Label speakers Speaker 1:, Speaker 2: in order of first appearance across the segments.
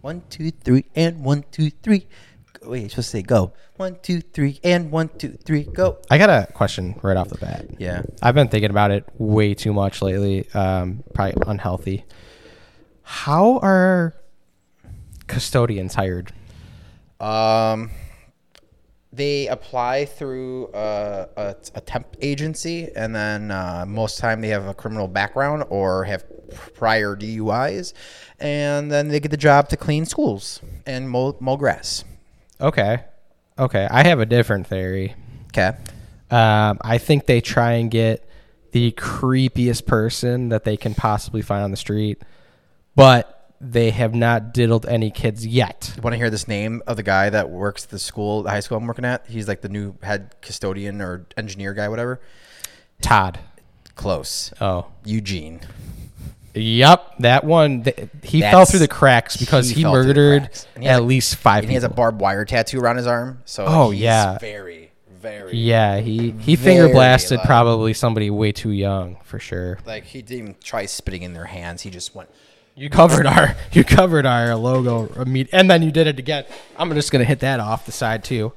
Speaker 1: One, two, three, and one, two, three. Wait, you're supposed to say go. One, two, three, and one, two, three, go.
Speaker 2: I got a question right off the bat.
Speaker 1: Yeah.
Speaker 2: I've been thinking about it way too much lately. Um, probably unhealthy. How are custodians hired?
Speaker 1: Um, they apply through uh, a, a temp agency, and then uh, most time they have a criminal background or have prior DUIs, and then they get the job to clean schools and mow, mow grass.
Speaker 2: Okay, okay. I have a different theory.
Speaker 1: Okay.
Speaker 2: Um, I think they try and get the creepiest person that they can possibly find on the street, but they have not diddled any kids yet.
Speaker 1: You want to hear this name of the guy that works at the school, the high school I'm working at? He's like the new head custodian or engineer guy, whatever.
Speaker 2: Todd.
Speaker 1: Close.
Speaker 2: Oh,
Speaker 1: Eugene.
Speaker 2: yep. That one. Th- he fell
Speaker 1: That's-
Speaker 2: through the cracks because
Speaker 1: he
Speaker 2: he,
Speaker 1: fell through the
Speaker 2: murdered
Speaker 1: cracks.
Speaker 2: at
Speaker 1: And he has a-
Speaker 2: least five.
Speaker 1: And he has a
Speaker 2: people.
Speaker 1: barbed wire tattoo around his arm. So
Speaker 2: Oh,
Speaker 1: he's
Speaker 2: yeah.
Speaker 1: very, very
Speaker 2: Yeah, he he finger
Speaker 1: Very
Speaker 2: blasted
Speaker 1: loud.
Speaker 2: probably somebody way too young for sure.
Speaker 1: Like he didn't even try spitting in their hands. He just went.
Speaker 2: You covered our you covered our logo imme- and then you did it again. I'm just gonna hit that off the side too.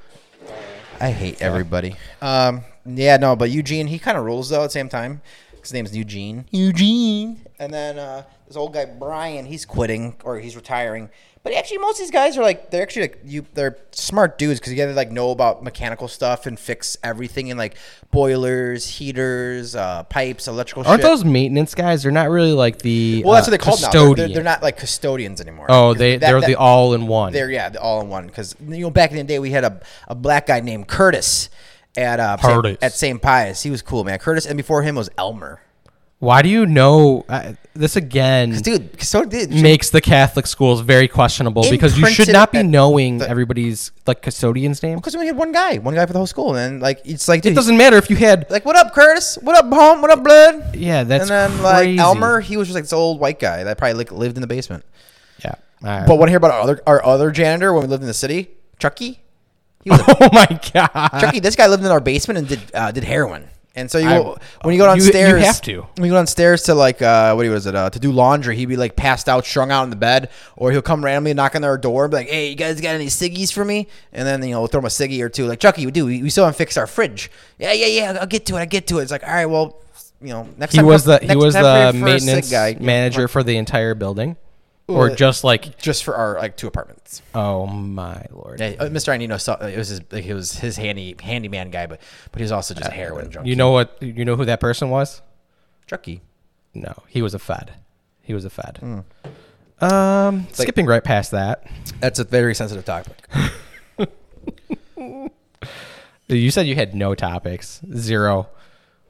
Speaker 1: I hate everybody. Um, yeah, no, but Eugene, he kind of rules though. At the same time, his name's Eugene. Eugene. And then uh, this old guy Brian, he's quitting or he's retiring. But actually, most of these guys are like they're actually like you. They're smart dudes because you gotta like know about mechanical stuff and fix everything and like boilers, heaters, uh, pipes, electrical.
Speaker 2: Aren't
Speaker 1: shit.
Speaker 2: those maintenance guys? They're not really like the
Speaker 1: Well, that's what
Speaker 2: uh,
Speaker 1: they call now. They're,
Speaker 2: custodian.
Speaker 1: they're, they're not like custodians anymore.
Speaker 2: Oh,
Speaker 1: 'Cause
Speaker 2: they
Speaker 1: that-
Speaker 2: they're
Speaker 1: that-
Speaker 2: the all in one.
Speaker 1: They're yeah, the all in one. Because you know, back in the day, we had a, a black guy named Curtis at uh,
Speaker 2: Curtis.
Speaker 1: at St. Pius. He was cool, man. Curtis, and before him was Elmer.
Speaker 2: Why do you know uh, this again?
Speaker 1: Dude, so did
Speaker 2: Makes the Catholic schools very questionable because you should
Speaker 1: Imprinted
Speaker 2: not be
Speaker 1: at
Speaker 2: knowing
Speaker 1: the-
Speaker 2: everybody's like custodian's name.
Speaker 1: because we only had one guy, one guy for the whole school, and like it's like
Speaker 2: It
Speaker 1: dude,
Speaker 2: doesn't matter if you had
Speaker 1: like what up, Curtis? What up, home? What up, blood?
Speaker 2: yeah.
Speaker 1: and
Speaker 2: That's
Speaker 1: then
Speaker 2: crazy.
Speaker 1: like Elmer, he was just like this old white guy that probably like lived in the basement.
Speaker 2: Yeah. I-
Speaker 1: But want to hear about our other our other janitor when we lived in the city, Chucky? He was a
Speaker 2: oh my god.
Speaker 1: Chucky, this guy lived in our basement and did uh, did heroin. And so you,
Speaker 2: I-
Speaker 1: when you go
Speaker 2: You- you
Speaker 1: downstairs,
Speaker 2: have to.
Speaker 1: When you go downstairs to like uh, what was it uh, to do laundry, he'd be like passed out, strung out in the bed, or he'll come randomly knock on our door, and be like, "Hey, you guys got any ciggies for me?" And then you know we'll throw him a ciggy or two. Like Chucky, we do. We, we still haven't fixed our fridge. Yeah, yeah, yeah. I'll get to it. I get to it. It's like, all right, well, you know, next
Speaker 2: He
Speaker 1: time
Speaker 2: was
Speaker 1: come-
Speaker 2: the he
Speaker 1: next
Speaker 2: was
Speaker 1: time for
Speaker 2: the
Speaker 1: your first cig
Speaker 2: maintenance
Speaker 1: guy, you know,
Speaker 2: manager for the entire building, or
Speaker 1: uh,
Speaker 2: just like
Speaker 1: just for our like two apartments.
Speaker 2: oh my lord,
Speaker 1: Yeah, uh, Mr. Anino, saw, it was his, like, it was his handy handyman guy, but but he was also just a heroin junkie.
Speaker 2: Uh, you know what? You know who that person was?
Speaker 1: Chucky.
Speaker 2: No, he was a fed. He was a fed.
Speaker 1: Hmm.
Speaker 2: Um, skipping right past that.
Speaker 1: That's a very sensitive topic.
Speaker 2: You said you had no topics, zero.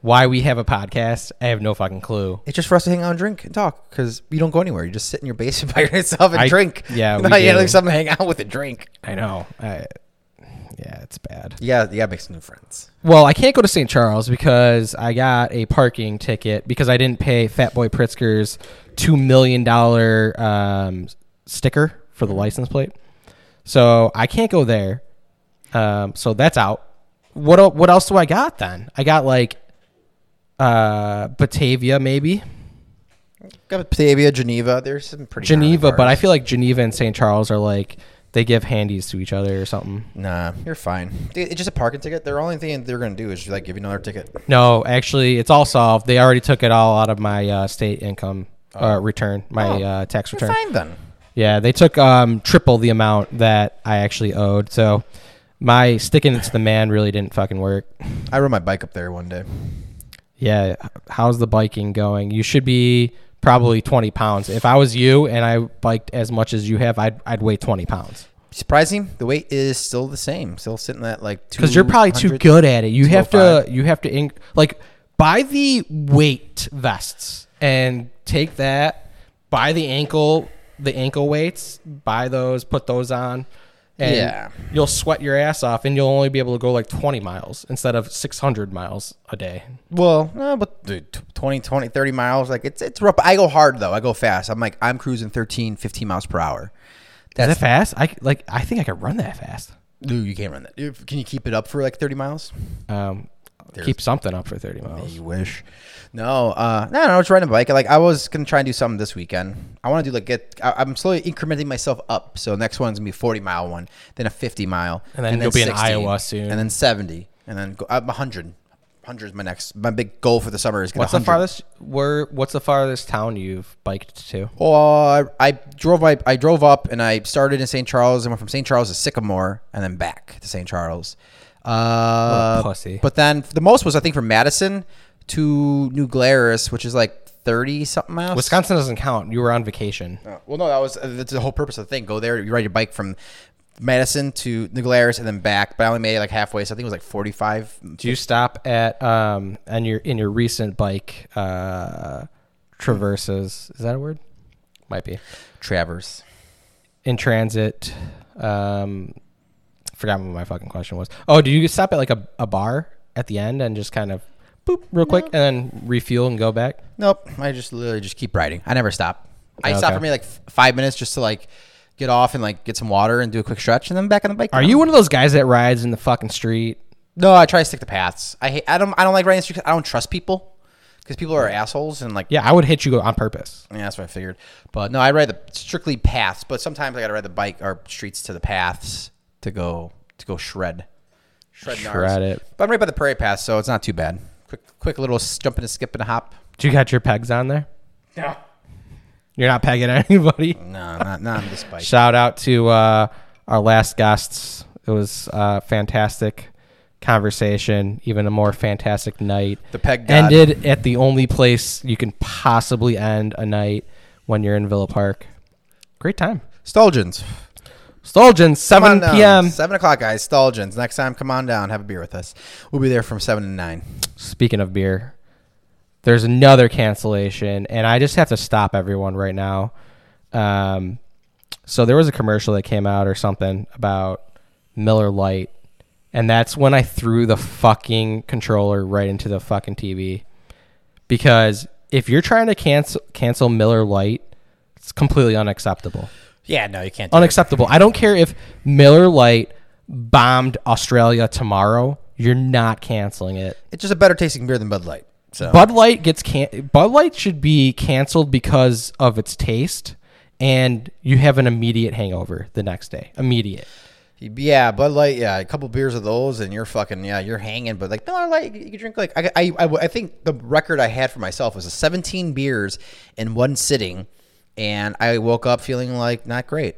Speaker 2: Why we have a podcast? I have no fucking clue.
Speaker 1: It's just for us to hang out and drink and talk because you don't go anywhere. You just sit in your basement by yourself and
Speaker 2: I-
Speaker 1: drink.
Speaker 2: yeah,
Speaker 1: you
Speaker 2: we
Speaker 1: know, you gotta
Speaker 2: do.
Speaker 1: like something to hang out with and drink.
Speaker 2: I know. I, yeah, it's bad.
Speaker 1: Yeah, you gotta make some new friends.
Speaker 2: Well, I can't go to St. Charles because I got a parking ticket because I didn't pay Fat Boy Pritzker's two million dollar um, sticker for the license plate, so I can't go there. Um, so that's out. What el- what else do I got then? I got like uh, Batavia maybe
Speaker 1: Got Batavia, Geneva. There's some pretty
Speaker 2: Geneva,
Speaker 1: gnarly
Speaker 2: but I
Speaker 1: bars.
Speaker 2: feel like Geneva and St. Charles are like they give handies to each other or something.
Speaker 1: nah, you're fine. Dude, it's just a parking ticket. Their only thing they're gonna do is just, like give you another ticket.
Speaker 2: No, actually, it's all solved. They already took it all out of my uh, state income uh, return, my
Speaker 1: Oh,
Speaker 2: uh, tax
Speaker 1: You're
Speaker 2: return.
Speaker 1: fine then.
Speaker 2: Yeah, they took um, triple the amount that I actually owed. So my sticking it to the man really didn't fucking work.
Speaker 1: I rode my bike up there one day.
Speaker 2: Yeah, h- how's the biking going? You should be probably 20 pounds. If I was you and I biked as much as you have, I'd, I'd weigh 20 pounds.
Speaker 1: Surprising, the weight is still the same. Still sitting at like two.
Speaker 2: because you're probably too good at it. You have to
Speaker 1: 205.
Speaker 2: you have to inc- like buy the weight vests and take that. Buy the ankle the ankle weights. Buy those. Put those on. And
Speaker 1: Yeah.
Speaker 2: you'll sweat your ass off, and you'll only be able to go like 20 miles instead of 600 miles a day.
Speaker 1: Well, no, but dude, tw- 20, 20, 30 miles, like it's it's rough. I go hard though. I go fast. I'm like I'm cruising 13, 15 miles per hour.
Speaker 2: Is that fast? I c- like. I think I could run that fast.
Speaker 1: Dude, you can't run that. If- Can you keep it up for like 30 miles?
Speaker 2: Um,
Speaker 1: There's-
Speaker 2: Keep something up for 30 miles.
Speaker 1: You wish. No, uh, no, no. It's riding a bike. Like I was gonna try and do something this weekend. I want to do like get. I, I'm slowly incrementing myself up. So next one's gonna be a 40 mile one, then a 50 mile,
Speaker 2: And then you'll be in Iowa soon.
Speaker 1: and then 70, and then go, uh, 100. 100 is my next. My big goal for the summer is. Get
Speaker 2: What's the
Speaker 1: 100.
Speaker 2: farthest where what's the farthest town you've biked to?
Speaker 1: Well, I, I drove. I, I drove up and I started in St. Charles and went from St. Charles to Sycamore and then back to St. Charles. Uh,
Speaker 2: What a pussy.
Speaker 1: But then the most was I think from Madison to New Glarus, which is like thirty something miles.
Speaker 2: Wisconsin doesn't count. You were on vacation.
Speaker 1: Uh, well, no, that was uh, that's the whole purpose of the thing. Go there, you ride your bike from Madison to New Glarus and then back. But I only made it like halfway, so I think it was like forty-five.
Speaker 2: Do you stop at um and your in your recent bike uh traverses? Is that a word? Might be.
Speaker 1: Traverse.
Speaker 2: In transit um forgot what my fucking question was. Oh, do you stop at like a, a bar at the end and just kind of boop real quick and then refuel and go back?
Speaker 1: Nope. I just literally just keep riding. I never stop. I stop
Speaker 2: Okay.
Speaker 1: for me like f- five minutes just to like get off and like get some water and do a quick stretch and then back on the bike.
Speaker 2: Are you one of those guys that rides in the fucking street?
Speaker 1: No, I try to stick to paths. I hate, I don't I don't like riding streets. I don't trust people because people are assholes and like yeah.
Speaker 2: Yeah, I would hit you on purpose.
Speaker 1: that's what I figured. But no, I ride the strictly paths. But sometimes I gotta ride the bike or streets to the paths to go to go shred. Shred, gnarls.
Speaker 2: Shred it.
Speaker 1: But I'm right by the prairie path, so it's not too bad. Quick quick little s- jump and a skip and a hop.
Speaker 2: Do you got your pegs on there?
Speaker 1: No.
Speaker 2: You're not pegging anybody.
Speaker 1: No, not not on this bike.
Speaker 2: Shout out to uh, our last guests. It was uh, fantastic conversation, even a more fantastic night.
Speaker 1: The peg god.
Speaker 2: ended at the only place you can possibly end a night when you're in Villa Park. Great time.
Speaker 1: Stolgens.
Speaker 2: Stolgen,
Speaker 1: Come on
Speaker 2: 7
Speaker 1: down.
Speaker 2: p.m.
Speaker 1: Seven o'clock, guys. Stolgens. Next time, come on down. Have a beer with us. We'll be there from seven to nine.
Speaker 2: Speaking of beer, there's another cancellation, and I just have to stop everyone right now. Um, so there was a commercial that came out or something about Miller Lite, and that's when I threw the fucking controller right into the fucking TV. Because if you're trying to cancel cancel Miller Lite, it's completely unacceptable.
Speaker 1: Yeah, no, you can't. Do it.
Speaker 2: Unacceptable. I don't care if Miller Lite bombed Australia tomorrow. You're not canceling it.
Speaker 1: It's just a better tasting beer than Bud Light. So
Speaker 2: Bud Light gets can- Bud Light should be canceled because of its taste, and you have an immediate hangover the next day. Immediate.
Speaker 1: yeah, Bud Light. Yeah, a couple beers of those, and you're fucking yeah, you're hanging. But like Miller Light, you can drink like I, I, I, I think the record I had for myself was a 17 beers in one sitting, and I woke up feeling like not great.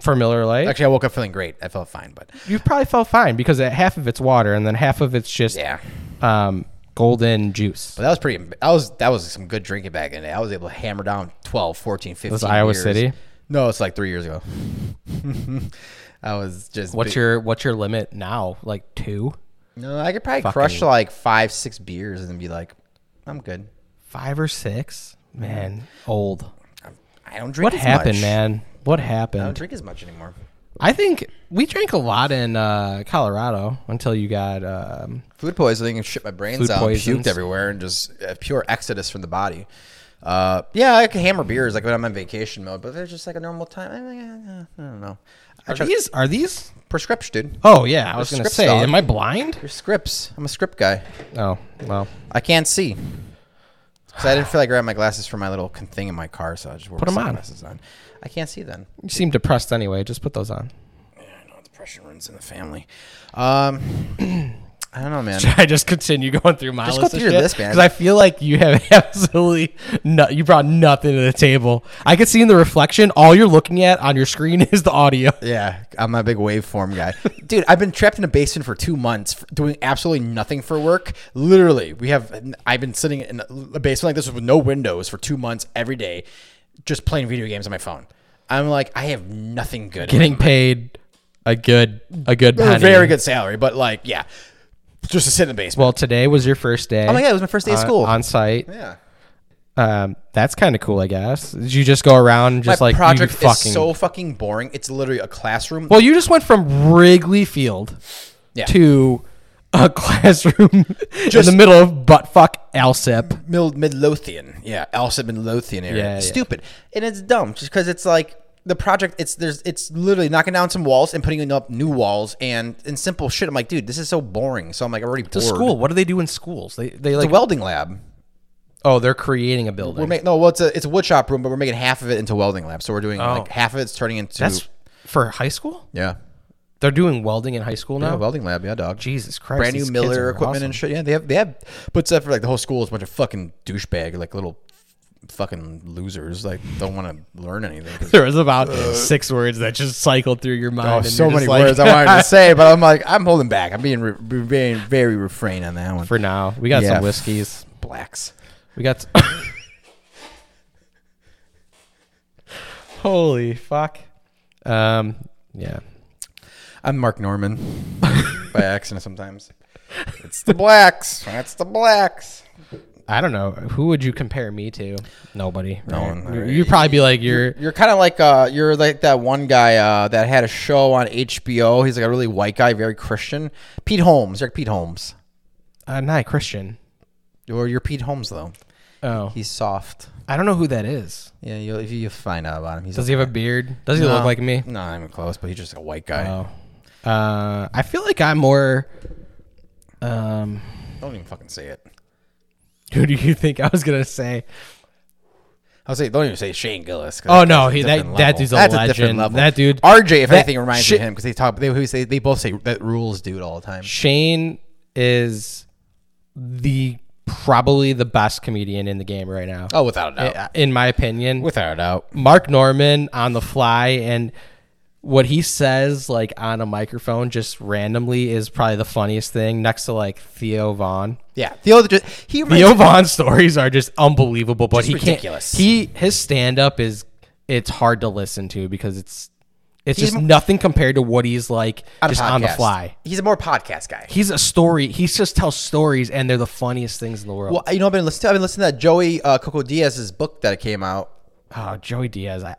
Speaker 2: For Miller Lite,
Speaker 1: Actually, I woke up feeling great. I felt fine, but
Speaker 2: you probably felt fine because that half of it's water and then half of it's just
Speaker 1: yeah.
Speaker 2: um, golden juice.
Speaker 1: But that was pretty. That was that was some good drinking back in the day. I was able to hammer down 12, 14, 15
Speaker 2: was Iowa
Speaker 1: beers.
Speaker 2: City?
Speaker 1: No, it's like three years ago. I was just.
Speaker 2: What's your What's your limit now? Like two,
Speaker 1: No, I could probably crush like five, six beers and then be like, I'm good.
Speaker 2: five or six? Man, old.
Speaker 1: I'm, I don't drink.
Speaker 2: What
Speaker 1: as
Speaker 2: happened,
Speaker 1: much.
Speaker 2: man? What
Speaker 1: I don't
Speaker 2: happened?
Speaker 1: drink as much anymore.
Speaker 2: I think we drank a lot in uh, Colorado until you got um,
Speaker 1: Food poisoning and shit my brains
Speaker 2: Food
Speaker 1: out,
Speaker 2: poisons.
Speaker 1: puked everywhere, and just uh, pure exodus from the body. Uh, yeah, I can hammer beers like when I'm on vacation mode, but there's just like a normal time. I, I, I don't know. I
Speaker 2: Are
Speaker 1: try
Speaker 2: these are these?
Speaker 1: prescription, dude.
Speaker 2: Oh yeah, I was gonna
Speaker 1: scripts,
Speaker 2: say.
Speaker 1: dog.
Speaker 2: Am I blind?
Speaker 1: Your scripts. I'm a script guy.
Speaker 2: Oh well.
Speaker 1: I can't see. Cause I didn't feel like grabbing my glasses for my little con- thing in my car, so I just wore
Speaker 2: Put
Speaker 1: my
Speaker 2: 'em on.
Speaker 1: sunglasses on. I can't see then.
Speaker 2: You seem depressed anyway. Just put those on.
Speaker 1: I know depression runs in the family. Um, I don't know, man.
Speaker 2: I just continue going through my
Speaker 1: Just go
Speaker 2: list
Speaker 1: through your list, man.
Speaker 2: because I feel like you have absolutely no, you brought nothing to the table. I can see in the reflection all you're looking at on your screen is the audio.
Speaker 1: Yeah, I'm a big waveform guy, dude. I've been trapped in a basement for two months, f- doing absolutely nothing for work. Literally, we have. I've been sitting in a basement like this with no windows for two months every day, just playing video games on my phone. I'm like, I have nothing good.
Speaker 2: Getting paid a good a good
Speaker 1: a
Speaker 2: penny.
Speaker 1: very good salary, but like, yeah, just to sit in the basement.
Speaker 2: Well, today was your first day. uh,
Speaker 1: oh my god, it was my first day of school.
Speaker 2: on site.
Speaker 1: yeah.
Speaker 2: Um, that's kind of cool, I guess. Did you just go around and just
Speaker 1: my
Speaker 2: like you
Speaker 1: project
Speaker 2: fucking
Speaker 1: is so fucking boring. It's literally a classroom.
Speaker 2: Well, you just went from Wrigley Field
Speaker 1: Yeah.
Speaker 2: to a classroom in
Speaker 1: Just-
Speaker 2: the middle of buttfuck Alsep.
Speaker 1: Mil- Midlothian. Yeah, also Midlothian area.
Speaker 2: Yeah, yeah.
Speaker 1: Stupid. And it's dumb just because it's like the project it's there's it's literally knocking down some walls and putting up new walls and and simple shit. I'm like, dude, this is so boring. So I'm like, already bored.
Speaker 2: To school, what do they do in schools? They they
Speaker 1: It's
Speaker 2: like
Speaker 1: a welding lab.
Speaker 2: oh they're creating a
Speaker 1: We're
Speaker 2: building.
Speaker 1: making no, well, it's a it's a wood shop room, but we're making half of it into welding lab. So we're doing
Speaker 2: Oh.
Speaker 1: like half of it's turning into
Speaker 2: That's for high school.
Speaker 1: yeah,
Speaker 2: They're doing welding in high school
Speaker 1: yeah,
Speaker 2: now.
Speaker 1: welding lab. Yeah, dog.
Speaker 2: Jesus Christ!
Speaker 1: brand new
Speaker 2: these kids
Speaker 1: Miller
Speaker 2: are
Speaker 1: equipment and shit. Yeah, they have they have, but except for like the whole school is a bunch of fucking douchebag, like little fucking losers, like don't want to learn anything.
Speaker 2: There was about six words that just cycled through your mind.
Speaker 1: Uh, Oh,
Speaker 2: and
Speaker 1: so
Speaker 2: you're
Speaker 1: many
Speaker 2: just like-
Speaker 1: words I wanted to say, but I'm like I'm holding back. I'm being re- being very refrain on that one.
Speaker 2: for now. We got
Speaker 1: Yeah.
Speaker 2: some whiskeys.
Speaker 1: blacks.
Speaker 2: We got. Holy fuck! Um, yeah.
Speaker 1: I'm Mark Norman by accident sometimes. It's the blacks. That's the blacks.
Speaker 2: I don't know who would you compare me to. Nobody. No
Speaker 1: one.
Speaker 2: You'd probably be like you're.
Speaker 1: You're kind of like uh, you're like that one guy uh, that had a show on HBO. He's like a really white guy, very Christian. Pete Holmes. You're like Pete Holmes.
Speaker 2: I'm not a uh, Christian.
Speaker 1: Or you're Pete Holmes though.
Speaker 2: Oh,
Speaker 1: He's soft.
Speaker 2: I don't know who that is.
Speaker 1: Yeah, you'll if you you find out about him. He's
Speaker 2: Does
Speaker 1: a,
Speaker 2: he have a beard? Does he
Speaker 1: No.
Speaker 2: look like me?
Speaker 1: No, I'm close, but he's just a white guy.
Speaker 2: Oh. Uh, I feel like I'm more. Um,
Speaker 1: Don't even fucking say it.
Speaker 2: who do you think I was gonna say?
Speaker 1: I'll say don't even say Shane Gillis. 'cause
Speaker 2: Oh
Speaker 1: that's
Speaker 2: no,
Speaker 1: a
Speaker 2: he, that
Speaker 1: different
Speaker 2: that
Speaker 1: level.
Speaker 2: dude's a
Speaker 1: That's
Speaker 2: legend.
Speaker 1: different level.
Speaker 2: That dude,
Speaker 1: RJ, if
Speaker 2: That
Speaker 1: anything, reminds
Speaker 2: shit-
Speaker 1: me of him because they talk. They always say they both say that rules, dude, all the time.
Speaker 2: Shane is the probably the best comedian in the game right now,
Speaker 1: Oh, without a doubt.
Speaker 2: in my opinion.
Speaker 1: Without a doubt.
Speaker 2: Mark Norman on the fly and what he says like on a microphone just randomly is probably the funniest thing next to like Theo Vaughn.
Speaker 1: Yeah. The other ju- he reminds
Speaker 2: Theo Vaughn's stories are just unbelievable, but he
Speaker 1: ridiculous.
Speaker 2: can't. He his stand up is it's hard to listen to because it's it's
Speaker 1: He's
Speaker 2: just
Speaker 1: mo-
Speaker 2: nothing compared to what he's like
Speaker 1: on a
Speaker 2: just on the
Speaker 1: podcast.
Speaker 2: fly.
Speaker 1: He's a more podcast guy.
Speaker 2: He's a story. He just tells stories, and they're the funniest things in the world.
Speaker 1: Well, you know, I've been listening. I've been listening to that Joey uh, Coco Diaz's book that came out.
Speaker 2: Oh, Joey Diaz. I,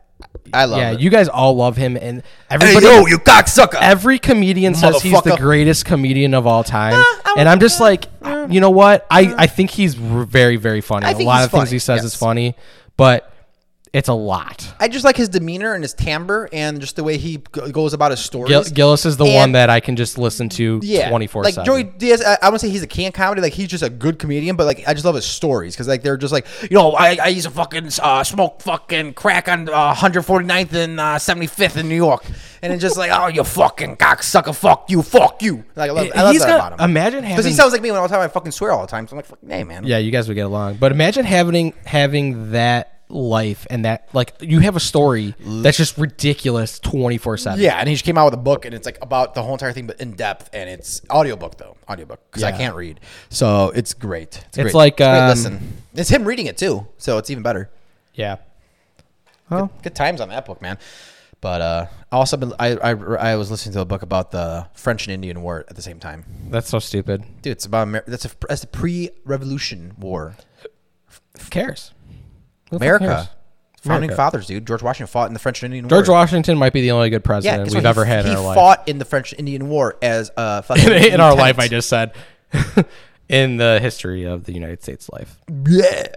Speaker 1: I love
Speaker 2: yeah,
Speaker 1: it.
Speaker 2: you guys all love him, and
Speaker 1: Hey,
Speaker 2: everybody.
Speaker 1: yo, you cocksucker!
Speaker 2: Every comedian says he's the
Speaker 1: Motherfucker.
Speaker 2: greatest comedian of all time,
Speaker 1: I
Speaker 2: and I'm just like, you know what? I, I think he's r- very very funny. A
Speaker 1: think
Speaker 2: lot
Speaker 1: he's
Speaker 2: of things he
Speaker 1: funny,
Speaker 2: says is
Speaker 1: yes.
Speaker 2: funny, but it's a lot.
Speaker 1: I just like his demeanor and his timbre and just the way he g- goes about his stories.
Speaker 2: Gil- Gillis is the
Speaker 1: And-
Speaker 2: one that I can just listen to
Speaker 1: yeah,
Speaker 2: twenty four
Speaker 1: Like
Speaker 2: seven.
Speaker 1: Joey Diaz, I, I wouldn't say he's a can comedy. Like he's just a good comedian, but like I just love his stories because like they're just like you know I, I used to fucking uh, smoke fucking crack on uh, 149th and uh, 75th in New York, and it's just like oh you fucking cocksucker, fuck you, fuck you. Like I love, I love
Speaker 2: He's
Speaker 1: that
Speaker 2: got-
Speaker 1: about him.
Speaker 2: imagine having
Speaker 1: Because he sounds like me when all the time I fucking swear all the time. So I'm like, fucking, hey, man.
Speaker 2: Yeah, you guys would get along. But imagine having having that life and that like you have a story that's just ridiculous twenty four seven.
Speaker 1: Yeah, and he just came out with a book, and it's like about the whole entire thing, but in depth, and it's audiobook though, audiobook because I
Speaker 2: Yeah.
Speaker 1: can't read, so it's great. It's, great.
Speaker 2: like,
Speaker 1: It's great
Speaker 2: um,
Speaker 1: listen, it's him reading it too, so it's even better.
Speaker 2: Yeah. Well,
Speaker 1: Good times on that book, man. But uh, I also been I, I I was listening to a book about the French and Indian War at the same time.
Speaker 2: that's so stupid.
Speaker 1: Dude, it's about Amer- that's a that's a pre-revolution war.
Speaker 2: Who cares? Who the fuck cares?
Speaker 1: America, founding
Speaker 2: America.
Speaker 1: fathers, dude. George Washington fought in the French and Indian War.
Speaker 2: George Washington might be the only good
Speaker 1: Yeah,
Speaker 2: president
Speaker 1: guess
Speaker 2: we've
Speaker 1: what?
Speaker 2: ever
Speaker 1: he,
Speaker 2: had in
Speaker 1: he
Speaker 2: our life.
Speaker 1: fought in the French Indian War as a fucking
Speaker 2: in our life, I
Speaker 1: lieutenant.
Speaker 2: just said. in the history of the United States life.
Speaker 1: Yeah.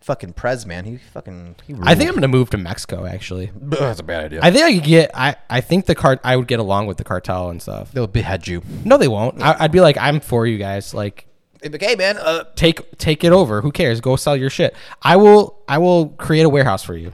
Speaker 1: Fucking Prez, man. He fucking. He
Speaker 2: I think I'm gonna move to Mexico actually.
Speaker 1: that's a bad idea.
Speaker 2: I think I could get I, I think the cart I would get along with the cartel and stuff.
Speaker 1: They'll behead you.
Speaker 2: No, they won't. I, I'd be like, I'm for you guys. Like,
Speaker 1: Hey, but hey, man. Uh,
Speaker 2: take take it over. Who cares? Go sell your shit. I will I will create a warehouse for you.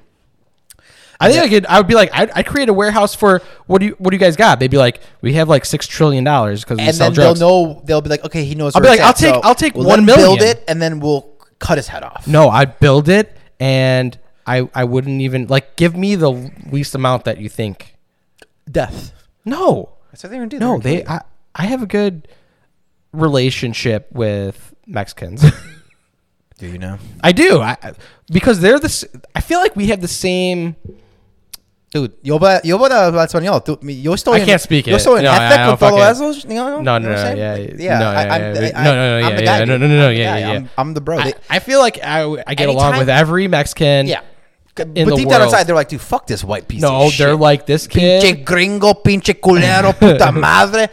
Speaker 2: I think I could. I would be like, I'd, I'd create a warehouse for what do you what do you guys got? They'd be like, we have like six trillion dollars because we
Speaker 1: and
Speaker 2: sell
Speaker 1: then
Speaker 2: drugs.
Speaker 1: they'll know. They'll be like, okay, he knows. I'll
Speaker 2: be like, I'll take- I'll take one
Speaker 1: Build
Speaker 2: million.
Speaker 1: it, and then we'll cut his head off.
Speaker 2: no, I'd build it, and I I wouldn't even like give me the least amount that you think.
Speaker 1: death.
Speaker 2: No,
Speaker 1: That's what they're gonna do.
Speaker 2: no,
Speaker 1: They're
Speaker 2: they.
Speaker 1: gonna
Speaker 2: I I have a good relationship with Mexicans.
Speaker 1: kill you. do you know?
Speaker 2: I do. I I- because they're the. s- I feel like we have the same.
Speaker 1: Dude, yo ba- yo para la español. Tú- mi- Yo estoy
Speaker 2: I can't speak
Speaker 1: yo
Speaker 2: it.
Speaker 1: estoy en
Speaker 2: No, I- I
Speaker 1: Aztec
Speaker 2: don't
Speaker 1: con todo
Speaker 2: fucking-
Speaker 1: eso, you know,
Speaker 2: No,
Speaker 1: you know
Speaker 2: no,
Speaker 1: what
Speaker 2: no,
Speaker 1: I'm
Speaker 2: yeah,
Speaker 1: saying? Like,
Speaker 2: yeah, no,
Speaker 1: I-
Speaker 2: yeah,
Speaker 1: I'm
Speaker 2: yeah,
Speaker 1: the-
Speaker 2: yeah.
Speaker 1: I-
Speaker 2: No, no, no,
Speaker 1: I'm the
Speaker 2: yeah,
Speaker 1: guy,
Speaker 2: yeah, no,
Speaker 1: dude.
Speaker 2: no, no, no,
Speaker 1: I'm the
Speaker 2: yeah,
Speaker 1: guy.
Speaker 2: yeah, yeah.
Speaker 1: I'm- I'm the bro.
Speaker 2: I,
Speaker 1: They-
Speaker 2: I feel like I, I get along
Speaker 1: Anytime-
Speaker 2: with every Mexican.
Speaker 1: Yeah. But
Speaker 2: the
Speaker 1: deep down
Speaker 2: world.
Speaker 1: inside, they're like, dude, fuck this white piece
Speaker 2: No,
Speaker 1: of shit.
Speaker 2: they're like this kid.
Speaker 1: pinche gringo, pinche culero, puta madre.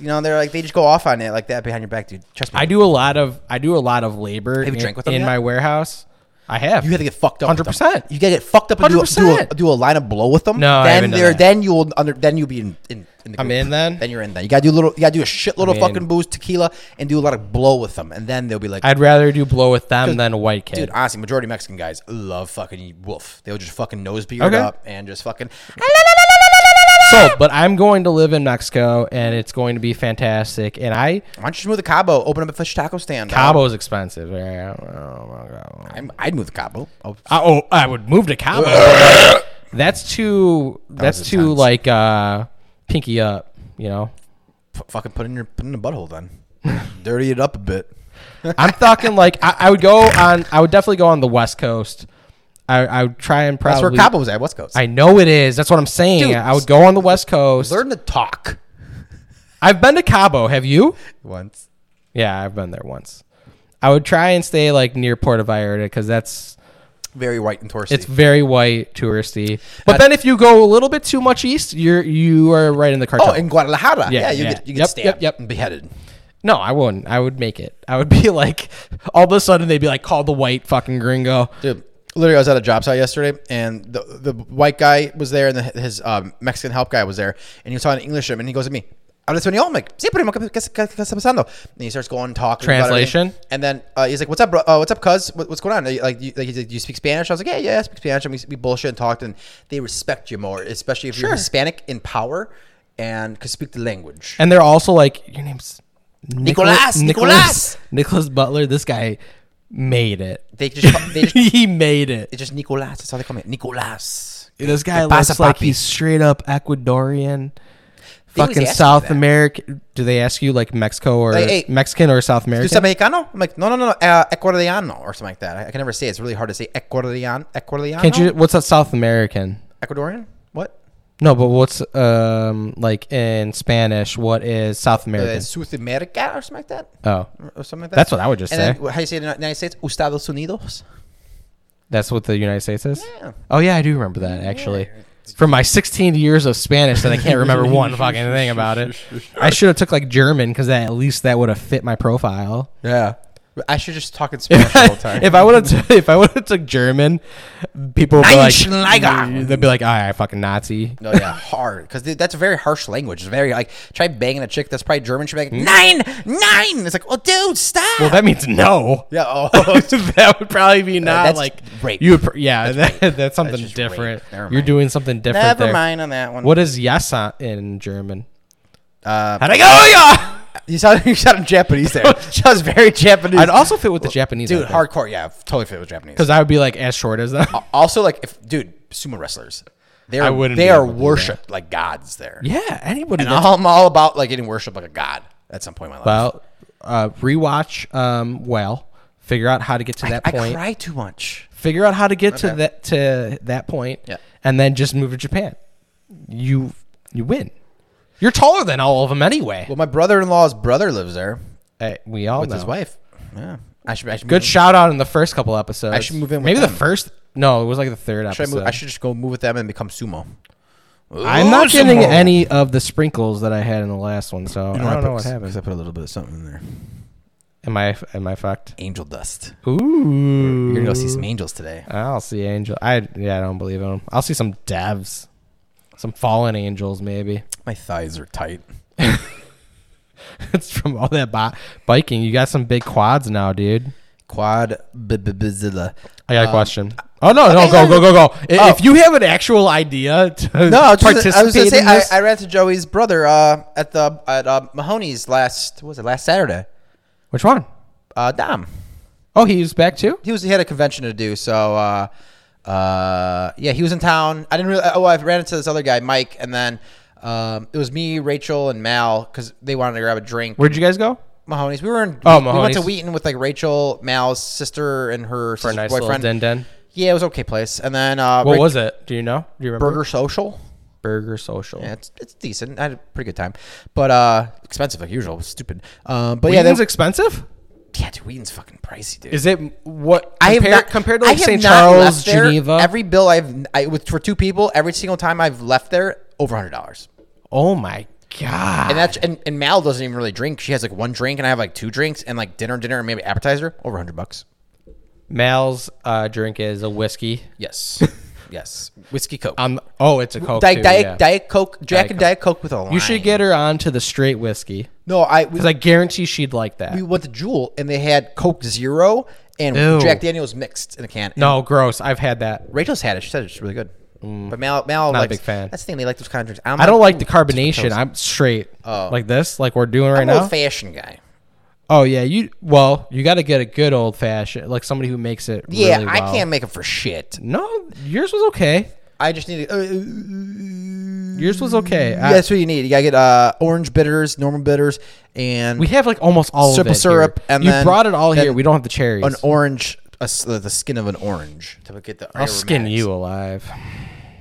Speaker 1: You know, they're like they just go off on it like that behind your back, dude. Trust me.
Speaker 2: I do a lot of I do a lot of labor
Speaker 1: Have you
Speaker 2: in,
Speaker 1: drank with them
Speaker 2: in
Speaker 1: yet?
Speaker 2: my warehouse. I have.
Speaker 1: You have to get fucked up. with them.
Speaker 2: 100%.
Speaker 1: You gotta get fucked up and do a, do, a,
Speaker 2: 100%.
Speaker 1: do a line of blow with them.
Speaker 2: No, I
Speaker 1: then
Speaker 2: haven't done
Speaker 1: they're-
Speaker 2: that.
Speaker 1: then you'll under then you'll be in. in, in the
Speaker 2: I'm
Speaker 1: group.
Speaker 2: in then?
Speaker 1: Then you're in. Then you gotta do a little. You gotta do a shitload of
Speaker 2: mean-
Speaker 1: fucking booze, tequila, and do a lot of blow with them, and then they'll be like,
Speaker 2: I'd rather do blow with them than a white kid.
Speaker 1: Dude, honestly, majority of Mexican guys love fucking wolf. They'll just fucking nose beard
Speaker 2: Okay.
Speaker 1: up and just fucking.
Speaker 2: so, but I'm going to live in Mexico, and it's going to be fantastic. And I
Speaker 1: Why don't you just move to Cabo? Open up a fish taco stand. dog.
Speaker 2: Cabo's expensive. Yeah, Oh my god.
Speaker 1: I'm, I'd move to Cabo. Oh,
Speaker 2: I, oh, I would move to Cabo. but, like, that's too. that's
Speaker 1: was
Speaker 2: too
Speaker 1: intense.
Speaker 2: like uh, pinky up. You know,
Speaker 1: f- fucking put it in your put it in the butthole then. Dirty it up a bit.
Speaker 2: I'm talking like I, I would go on. I would definitely go on the West Coast. I, I would try and
Speaker 1: That's
Speaker 2: probably.
Speaker 1: where Cabo was at West Coast.
Speaker 2: I know it is. That's what I'm saying.
Speaker 1: Dude,
Speaker 2: I would go on the West Coast.
Speaker 1: learned to talk
Speaker 2: I've been to Cabo. Have you?
Speaker 1: once.
Speaker 2: Yeah, I've been there once. I would try and stay like near Puerto Vallarta because that's
Speaker 1: Very white and touristy.
Speaker 2: it's very white, touristy. But then if you go a little bit too much east, you're you are right in the cartel.
Speaker 1: oh, in Guadalajara. Yeah,
Speaker 2: Yeah,
Speaker 1: you
Speaker 2: yeah.
Speaker 1: get you get
Speaker 2: Yep,
Speaker 1: stabbed
Speaker 2: yep, yep.
Speaker 1: and beheaded.
Speaker 2: no, I wouldn't. I would make it. I would be like, all of a sudden they'd be like, call the white fucking gringo.
Speaker 1: Dude, literally, I was at a job site yesterday, and the the white guy was there, and the, his um, Mexican help guy was there, and he was talking English to him, and he goes to me. Habla español? I'm like, sí, primo, ¿qué, qué, qué está pasando? And he starts going, talking. about
Speaker 2: Translation?
Speaker 1: everything. And then uh, he's like, what's up, bro? Uh, what's up, cuz? What, what's going on? Are you- Like, you, like, he's like, do you speak Spanish? I was like, yeah, yeah, I speak Spanish. And we, we bullshit and talked, and they respect you more, especially if you're
Speaker 2: Sure.
Speaker 1: Hispanic in power and can speak the language.
Speaker 2: And they're also like, your name's
Speaker 1: Nicolas, Nicolas."
Speaker 2: Nicholas Butler. This guy made it.
Speaker 1: they just, they just,
Speaker 2: he made it.
Speaker 1: it's just Nicolas. That's how they call me. Nicolas.
Speaker 2: This guy
Speaker 1: ¿Qué pasa,
Speaker 2: looks like
Speaker 1: papi?
Speaker 2: he's straight up Ecuadorian,
Speaker 1: They always
Speaker 2: fucking
Speaker 1: ask you
Speaker 2: South
Speaker 1: that.
Speaker 2: American. Do they ask you like Mexico or
Speaker 1: Like, hey,
Speaker 2: Mexican or South
Speaker 1: Do you
Speaker 2: American?
Speaker 1: say Mexicano? I'm like, no, no, no, no, uh, Ecuadoriano or something like that. I, I can never say it. It's really hard to say Ecuadorian, Ecuadoriano.
Speaker 2: Can't you? What's that South American?
Speaker 1: Ecuadorian? What?
Speaker 2: No, but what's um like in Spanish? What is South
Speaker 1: Uh,
Speaker 2: American?
Speaker 1: South America or something like that?
Speaker 2: oh,
Speaker 1: Or something like that?
Speaker 2: That's what I would just
Speaker 1: and
Speaker 2: say.
Speaker 1: Then, wh- how do you say it in the United States? Estados Unidos?
Speaker 2: that's what the United States is.
Speaker 1: Yeah.
Speaker 2: Oh yeah, I do remember that actually. From my 16 years of Spanish, that I can't remember one fucking thing about it. I should have took like German because at least that would have fit my profile.
Speaker 1: Yeah. I should just talk in Spanish the whole time.
Speaker 2: if I would have, if I would have took German, people would be like,
Speaker 1: Einschläger.
Speaker 2: they'd be like, all right, fucking Nazi.
Speaker 1: no, yeah, hard. Because that's a very harsh language. It's very, like, try banging a chick that's probably German. She'd be like, nine, nine. It's like, well, dude, stop.
Speaker 2: Hmm? Well, that means no.
Speaker 1: yeah, oh.
Speaker 2: that would probably be not
Speaker 1: Uh, that's
Speaker 2: like
Speaker 1: rape.
Speaker 2: You would, pr- yeah, that, that's something
Speaker 1: just rape.
Speaker 2: different.
Speaker 1: Never
Speaker 2: You're
Speaker 1: mind.
Speaker 2: doing something different.
Speaker 1: Never
Speaker 2: there.
Speaker 1: mind on that one.
Speaker 2: What is yes on- in German?
Speaker 1: Uh,
Speaker 2: How'd I go?
Speaker 1: you sound, you sound Japanese there. Sounds very Japanese.
Speaker 2: I'd also fit with the Japanese
Speaker 1: dude, hardcore. Yeah, totally fit with Japanese.
Speaker 2: because I would be like as short as them.
Speaker 1: Also, like if dude, sumo wrestlers, they're
Speaker 2: I wouldn't
Speaker 1: they
Speaker 2: be
Speaker 1: are
Speaker 2: able to do
Speaker 1: worshipped like gods there.
Speaker 2: yeah, anybody.
Speaker 1: And I'm all about like getting worshipped like a god at some point in my life.
Speaker 2: Well, uh, rewatch. Um, well, figure out how to get to that
Speaker 1: I
Speaker 2: point.
Speaker 1: cry too much.
Speaker 2: figure out how to get to
Speaker 1: Okay.
Speaker 2: that to that point,
Speaker 1: Yeah.
Speaker 2: and then just move to Japan. You you win. You're taller than all of them anyway.
Speaker 1: Well, my brother-in-law's brother lives there
Speaker 2: Hey, we all
Speaker 1: with
Speaker 2: know.
Speaker 1: his wife. Yeah, I should. I should
Speaker 2: Good
Speaker 1: Move,
Speaker 2: shout out in the first couple episodes.
Speaker 1: I should move in with
Speaker 2: Maybe
Speaker 1: them.
Speaker 2: the first. No, it was like the third
Speaker 1: should I,
Speaker 2: episode.
Speaker 1: move, I should just go move with them and become sumo.
Speaker 2: am not
Speaker 1: Ooh,
Speaker 2: getting
Speaker 1: sumo.
Speaker 2: any of the sprinkles that I had in the last one, so I don't know what happened.
Speaker 1: Because I put a little bit of something in there.
Speaker 2: Am I am I fucked?
Speaker 1: Angel dust.
Speaker 2: Ooh,
Speaker 1: You're gonna go see some angels today.
Speaker 2: I'll see angel. I yeah, I don't believe in 'em. I'll see some devs, some fallen angels maybe.
Speaker 1: My thighs are tight.
Speaker 2: it's from all that bi- biking. You got some big quads now, dude.
Speaker 1: Quad bibizilla.
Speaker 2: I
Speaker 1: Uh,
Speaker 2: got a question. Oh no, no, go, go, go, go! I- If you have an actual idea to
Speaker 1: Oh. No, I was,
Speaker 2: participate
Speaker 1: just, I was gonna
Speaker 2: in
Speaker 1: say I,
Speaker 2: this,
Speaker 1: I ran to Joey's brother uh, at the at uh, Mahoney's last what was it last Saturday.
Speaker 2: which one?
Speaker 1: Uh, Dom,
Speaker 2: Oh, he's back too.
Speaker 1: he was he had a convention to do, so uh, uh, yeah, he was in town. I didn't really. Oh, I ran into this other guy, Mike, and then um, it was me, Rachel, and Mal because they wanted to grab a drink.
Speaker 2: Where'd you guys go?
Speaker 1: Mahoney's. We were in.
Speaker 2: Oh,
Speaker 1: we went to
Speaker 2: Mahoney's.
Speaker 1: Wheaton with like Rachel, Mal's sister, and her
Speaker 2: For a
Speaker 1: sister's
Speaker 2: nice
Speaker 1: boyfriend.
Speaker 2: little den den.
Speaker 1: yeah, it was an okay place. And then uh,
Speaker 2: What
Speaker 1: Rach-
Speaker 2: was it? Do you know? Do you remember?
Speaker 1: Burger Social.
Speaker 2: Burger Social.
Speaker 1: Yeah,
Speaker 2: Yeah,
Speaker 1: it's it's decent. I had a pretty good time, but uh, expensive like usual. Stupid. Um, but
Speaker 2: yeah,
Speaker 1: yeah,
Speaker 2: that's
Speaker 1: they,
Speaker 2: expensive.
Speaker 1: yeah, dude, Wheaton's fucking pricey, dude.
Speaker 2: Is it what
Speaker 1: I have
Speaker 2: compare,
Speaker 1: not,
Speaker 2: compared to
Speaker 1: I
Speaker 2: like
Speaker 1: have
Speaker 2: St.
Speaker 1: not
Speaker 2: Charles,
Speaker 1: left there-
Speaker 2: Geneva?
Speaker 1: Every bill I've I, with for two people, every single time I've left there, over hundred dollars.
Speaker 2: oh my god!
Speaker 1: And that's and, and Mal doesn't even really drink. She has like one drink, and I have like two drinks, and like dinner, dinner, and maybe appetizer, over hundred bucks.
Speaker 2: Mal's uh, drink is a whiskey.
Speaker 3: Yes. yes. Whiskey Coke.
Speaker 2: Um, oh, it's a Coke.
Speaker 1: Diet,
Speaker 2: too,
Speaker 1: Diet,
Speaker 2: yeah.
Speaker 1: Diet Coke, Jack
Speaker 2: Diet
Speaker 1: and Diet Coke with a lime.
Speaker 2: You should get her on to the straight whiskey
Speaker 1: No, I we,
Speaker 2: because I guarantee she'd like that.
Speaker 1: we went to Jewel and they had Coke Zero and
Speaker 2: Ew.
Speaker 1: Jack Daniels mixed in a can. And
Speaker 2: no, gross. I've had that.
Speaker 1: Rachel's had it. She said it's really good. Mm. But Mal, Mal
Speaker 2: Not a
Speaker 1: likes-
Speaker 2: big fan.
Speaker 1: That's the thing. They like those kind of drinks. I'm
Speaker 2: I don't like the carbonation. I'm straight like this, like we're doing right
Speaker 1: Oh. I'm an
Speaker 2: now.
Speaker 1: old fashioned guy.
Speaker 2: oh yeah, you. Well, you got to get a good old fashioned, like somebody who makes it.
Speaker 1: Yeah,
Speaker 2: really
Speaker 1: I
Speaker 2: well.
Speaker 1: can't make them for shit.
Speaker 2: No, yours was okay.
Speaker 1: I just need. To, uh,
Speaker 2: Yours was okay.
Speaker 1: yeah,
Speaker 2: I-
Speaker 1: that's what you need. You gotta get uh, orange bitters, normal bitters, and
Speaker 2: we have like almost all
Speaker 1: Simple
Speaker 2: of it here.
Speaker 1: syrup, and
Speaker 2: you
Speaker 1: then-
Speaker 2: brought it all
Speaker 1: then
Speaker 2: here. We don't have the cherries.
Speaker 1: an orange, a s uh, the skin of an orange to get the.
Speaker 2: I'll skin you alive.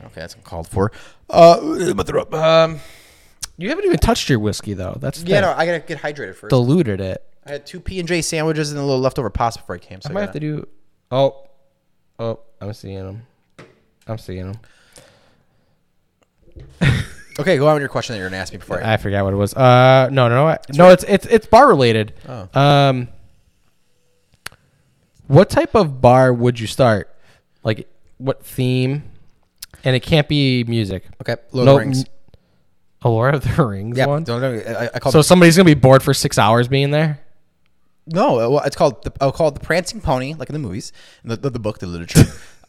Speaker 1: Okay, that's called for. Uh, my throat. Um,
Speaker 2: You haven't even touched your whiskey though. That's the
Speaker 1: yeah,
Speaker 2: thing.
Speaker 1: no, I gotta get hydrated first.
Speaker 2: diluted it.
Speaker 1: I had two P and J sandwiches and a little leftover pasta before I came. So
Speaker 2: I
Speaker 1: I
Speaker 2: might have
Speaker 1: gotta-
Speaker 2: to do. Oh, oh, I'm seeing him. I'm seeing him.
Speaker 1: okay, go on with your question that you're gonna ask me before. I,
Speaker 2: I forgot what it was. Uh, no, no, I, no. It's it's it's bar related.
Speaker 1: Oh.
Speaker 2: Um, what type of bar would you start? Like what theme? And it can't be music.
Speaker 1: okay, Lord of
Speaker 2: No,
Speaker 1: the Rings.
Speaker 2: n- A Lord of the Rings
Speaker 1: Yeah,
Speaker 2: one.
Speaker 1: don't, don't, I, I call
Speaker 2: So somebody's gonna be bored for six hours being there.
Speaker 1: No, uh, well, it's called the, I'll call it the Prancing Pony, like in the movies, the, the, the book, the literature.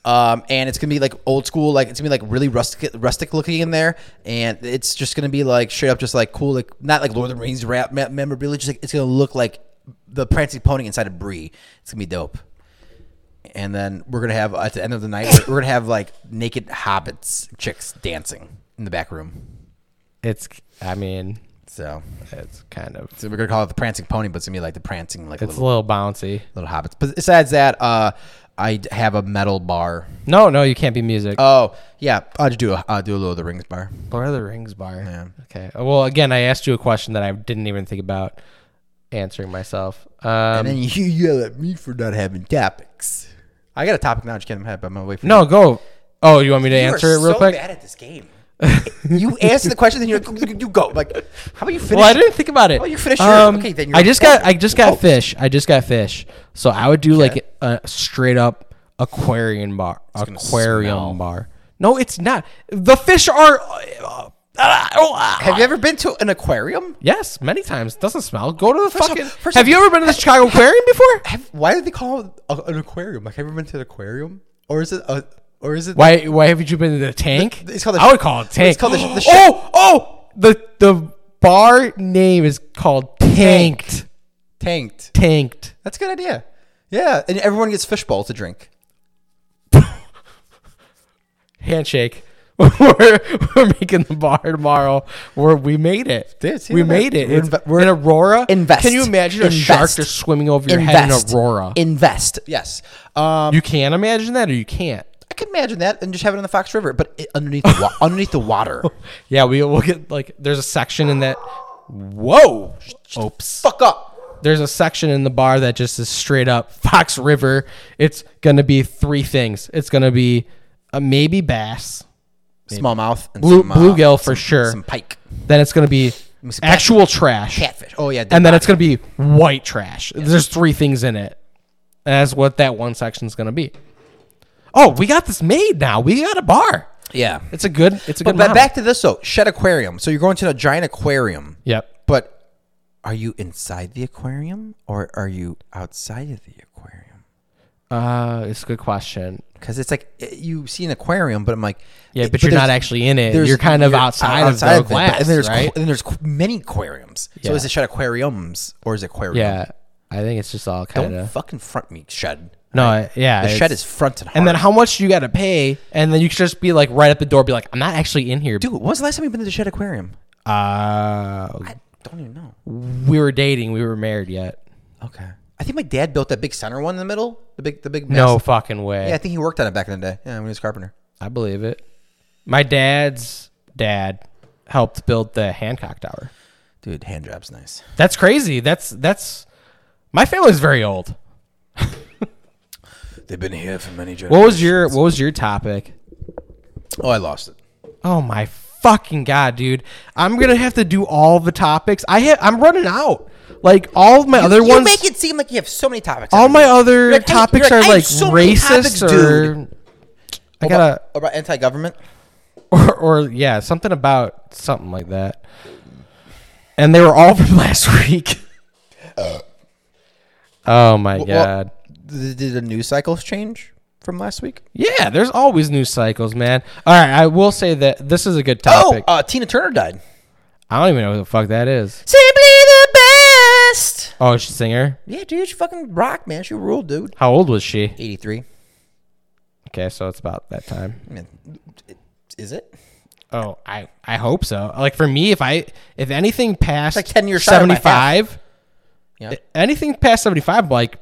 Speaker 1: um, and it's gonna be like old school, like it's gonna be like really rustic, rustic looking in there, and it's just gonna be like straight up, just like cool, like not like Lord of the Rings rap me- memorabilia, just like it's gonna look like the Prancing Pony inside of Brie. It's gonna be dope. And then we're gonna have at the end of the night, we're, we're gonna have like naked hobbits chicks dancing in the back room.
Speaker 2: It's. I mean,
Speaker 1: So,
Speaker 2: it's kind of.
Speaker 1: so we're gonna call it the Prancing Pony, but it's gonna be like the prancing like
Speaker 2: It's
Speaker 1: little
Speaker 2: a little bouncy.
Speaker 1: little hobbits. But besides that, uh, I d- have a metal bar.
Speaker 2: No, no, you can't be music.
Speaker 1: Oh yeah, I'll just do a I'll do a Lord of the Rings bar.
Speaker 2: Lord of the Rings bar.
Speaker 1: Yeah.
Speaker 2: Okay. uh, Well, again, I asked you a question that I didn't even think about answering myself. Um,
Speaker 1: And then you yell at me for not having topics. I got a topic now. I just can't have. it, but I'm gonna wait for
Speaker 2: no, go. Oh, you want me to
Speaker 1: you. You
Speaker 2: answer
Speaker 1: are
Speaker 2: it real
Speaker 1: so
Speaker 2: quick?
Speaker 1: Bad at this game. you answer the question, then you're like, you go. Like, how about you finish?
Speaker 2: Well, I didn't think about it. Um,
Speaker 1: Oh, you finished your- okay, then you're
Speaker 2: I just got. I just got
Speaker 1: Oh.
Speaker 2: fish. I just got fish. So I would do like a straight up aquarium bar.
Speaker 1: smell.
Speaker 2: Aquarium bar. No, it's not. The fish are. uh, uh, uh,
Speaker 1: Have you ever been to an aquarium?
Speaker 2: Yes, many times. Doesn't smell. Go to the
Speaker 1: off-
Speaker 2: fucking.
Speaker 1: first
Speaker 2: have
Speaker 1: off-
Speaker 2: you ever been to the Chicago Aquarium before?
Speaker 1: Have, why do they call it a- an aquarium? Like, have you ever been to an aquarium? Or is it a? Or is it?
Speaker 2: Why why haven't you been to the tank?
Speaker 1: The- it's called the-
Speaker 2: I would call it tank.
Speaker 1: it's called the- the sh-
Speaker 2: oh oh the the bar name is called tanked.
Speaker 1: tanked?
Speaker 2: Tanked.
Speaker 1: That's a good idea. Yeah, and everyone gets fishbowl to drink.
Speaker 2: Handshake. we're, we're making the bar tomorrow. Where we made it.
Speaker 1: Dude, see
Speaker 2: we
Speaker 1: that?
Speaker 2: made it.
Speaker 1: We're
Speaker 2: It's
Speaker 1: inve- we're-
Speaker 2: in Aurora.
Speaker 1: Invest.
Speaker 2: Can you imagine a shark
Speaker 1: Invest.
Speaker 2: just swimming over your head in Aurora?
Speaker 1: Invest. Yes. Um,
Speaker 2: you can imagine that, or you can't.
Speaker 1: I can imagine that and just have it on the Fox River, but it, underneath the wa- underneath the water.
Speaker 2: Yeah, we will get like there's a section in that. Whoa. Oops.
Speaker 1: Fuck up.
Speaker 2: there's a section in the bar that just is straight up Fox River. It's gonna be three things. It's gonna be a maybe bass,
Speaker 1: Smallmouth and
Speaker 2: blue,
Speaker 1: some, uh,
Speaker 2: bluegill for sure.
Speaker 1: some pike,
Speaker 2: then it's gonna be
Speaker 1: me see,
Speaker 2: actual trash,
Speaker 1: catfish. Oh yeah, dead
Speaker 2: and then it's
Speaker 1: body.
Speaker 2: gonna be white trash. There's three things in it. And that's what that one section's gonna be. Oh, we got this made now. We got a bar.
Speaker 1: yeah.
Speaker 2: It's a good. It's a
Speaker 1: But
Speaker 2: good.
Speaker 1: ba-
Speaker 2: model.
Speaker 1: back to this though, shed aquarium. So you're going to a giant aquarium.
Speaker 2: Yep.
Speaker 1: But are you inside the aquarium or are you outside of the aquarium?
Speaker 2: Uh, it's a good question.
Speaker 1: Because it's like eh, you see an aquarium, but I'm like,
Speaker 2: Yeah,
Speaker 1: eh,
Speaker 2: but you're
Speaker 1: there's-
Speaker 2: not actually in it.
Speaker 1: there's-
Speaker 2: You're kind of
Speaker 1: you're
Speaker 2: outside,
Speaker 1: outside
Speaker 2: of the
Speaker 1: it,
Speaker 2: glass,
Speaker 1: but- and there's
Speaker 2: right?
Speaker 1: qu- and there's qu- many aquariums. So
Speaker 2: Yeah.
Speaker 1: is it shed aquariums or is it aquarium?
Speaker 2: yeah, I think it's just all
Speaker 1: Don't
Speaker 2: kind of.
Speaker 1: fucking front me, shed.
Speaker 2: No, I- yeah.
Speaker 1: The
Speaker 2: it's-
Speaker 1: shed is front and hard.
Speaker 2: And then how much you got to pay, and then you could just be like right at the door, be like, "I'm not actually in here."
Speaker 1: dude, when was the last time you've been to the shed aquarium?
Speaker 2: Uh,
Speaker 1: I don't even know.
Speaker 2: we were dating. We were married yet.
Speaker 1: Okay. I think my dad built that big center one in the middle. The big, the big.
Speaker 2: No
Speaker 1: massive-
Speaker 2: fucking way.
Speaker 1: Yeah, I think he worked on it back in the day. Yeah, when he was a carpenter.
Speaker 2: I believe it. My dad's dad helped build the Hancock Tower.
Speaker 1: Dude, hand job's nice.
Speaker 2: That's crazy. That's that's my family's very old.
Speaker 1: They've been here for many generations.
Speaker 2: What was your What was your topic?
Speaker 1: Oh, I lost it.
Speaker 2: Oh my fucking god, dude! I'm gonna have to do all the topics. I ha- I'm running out. Like all of my other
Speaker 1: you
Speaker 2: ones,
Speaker 1: make it seem like you have so many topics. Oh,
Speaker 2: all my other
Speaker 1: You're like, hey-
Speaker 2: topics
Speaker 1: you're like,
Speaker 2: are
Speaker 1: I have
Speaker 2: like
Speaker 1: so many topics,
Speaker 2: racist or I gotta
Speaker 1: about, about anti-government.
Speaker 2: or, or yeah, something about something like that. And they were all from last week.
Speaker 1: Uh.
Speaker 2: oh my
Speaker 1: Well,
Speaker 2: god.
Speaker 1: th- did the news cycles change from last week?
Speaker 2: Yeah, there's always news cycles, man. All right, I will say that this is a good
Speaker 1: Oh,
Speaker 2: topic.
Speaker 1: uh, Tina Turner died.
Speaker 2: I don't even know who the fuck that is.
Speaker 1: Simply the best.
Speaker 2: Oh, she's a singer.
Speaker 1: Yeah, dude, she fucking rocked, man. She ruled, dude.
Speaker 2: How old was she?
Speaker 1: Eighty-three.
Speaker 2: Okay, so it's about that time.
Speaker 1: Is it?
Speaker 2: Oh, I I hope so. Like for me, if I if anything past
Speaker 1: like 10 years shy of my
Speaker 2: seventy
Speaker 1: half.
Speaker 2: five,
Speaker 1: Yeah.
Speaker 2: anything past seventy five, I'm like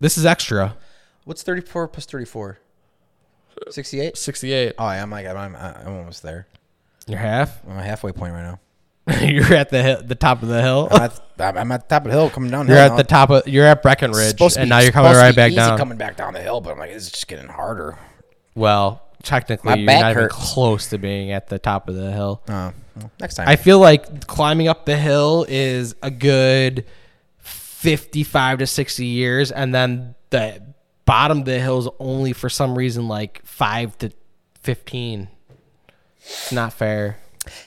Speaker 2: this is extra.
Speaker 1: What's thirty-four plus thirty-four? Sixty-eight.
Speaker 2: Sixty eight.
Speaker 1: Oh, yeah, I'm like, I'm, I'm almost there.
Speaker 2: You're half.
Speaker 1: I'm at halfway point right now.
Speaker 2: you're at the hill, the top of the hill.
Speaker 1: I'm at, I'm at the top of the hill, coming down.
Speaker 2: You're at the top of you're at Breckenridge, and now you're coming right back down.
Speaker 1: Coming back down the hill, but I'm like, it's just getting harder.
Speaker 2: well, technically,
Speaker 1: My
Speaker 2: you're
Speaker 1: back
Speaker 2: not even
Speaker 1: hurts.
Speaker 2: close to being at the top of the hill.
Speaker 1: Uh, well, next time,
Speaker 2: I feel like climbing up the hill is a good 55 to 60 years and then the bottom of the hill is only for some reason like 5 to 15. It's not fair.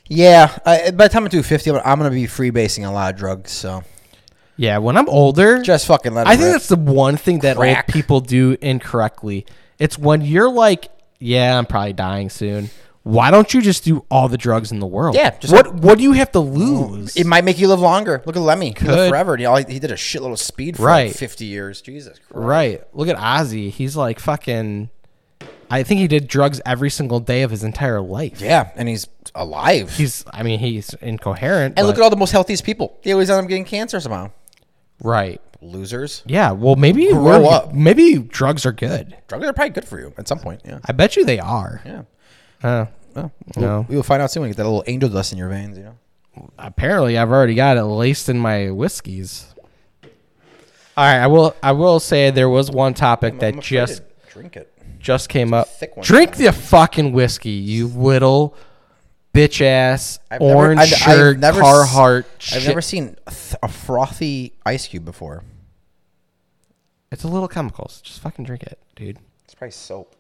Speaker 1: yeah. I, by the time I do fifty, I'm I'm gonna be freebasing a lot of drugs. So
Speaker 2: Yeah, when I'm older,
Speaker 1: just fucking let. It
Speaker 2: I think
Speaker 1: rip.
Speaker 2: that's the one thing that
Speaker 1: Crack.
Speaker 2: old people do incorrectly. It's when you're like, yeah, I'm probably dying soon. Why don't you just do all the drugs in the world?
Speaker 1: Yeah, just-
Speaker 2: what what do you have to lose?
Speaker 1: It might make you live longer. Look at Lemmy. He lived
Speaker 2: Could.
Speaker 1: forever. And he, all, he did a shitload of speed for like,
Speaker 2: Right.
Speaker 1: 50 years. Jesus Christ.
Speaker 2: Right. Look at Ozzy. He's like fucking. I think he did drugs every single day of his entire life.
Speaker 1: Yeah, and he's alive.
Speaker 2: He's. I mean, he's incoherent.
Speaker 1: and look
Speaker 2: but-
Speaker 1: at all the most healthiest people. They always end up getting cancer somehow.
Speaker 2: right.
Speaker 1: Losers.
Speaker 2: Yeah. Well, maybe you
Speaker 1: Grow
Speaker 2: were-
Speaker 1: up.
Speaker 2: Maybe drugs are good.
Speaker 1: Drugs are probably good for you at some point. Yeah.
Speaker 2: I bet you they are.
Speaker 1: Yeah.
Speaker 2: Uh,
Speaker 1: Oh,
Speaker 2: No.
Speaker 1: We will find out soon when you get that little angel dust in your veins, you know?
Speaker 2: apparently, I've already got it laced in my whiskeys. All right. I will. I will say there was one topic that
Speaker 1: I'm afraid
Speaker 2: just
Speaker 1: to drink it.
Speaker 2: just came up.
Speaker 1: thick one.
Speaker 2: Drink the fucking whiskey, you little bitch ass
Speaker 1: I've never-
Speaker 2: orange
Speaker 1: I've- I've
Speaker 2: shirt
Speaker 1: never s-
Speaker 2: Carhartt.
Speaker 1: I've
Speaker 2: shit
Speaker 1: never seen a th- a frothy ice cube before.
Speaker 2: It's a little chemicals. Just fucking drink it, dude.
Speaker 1: It's probably soap.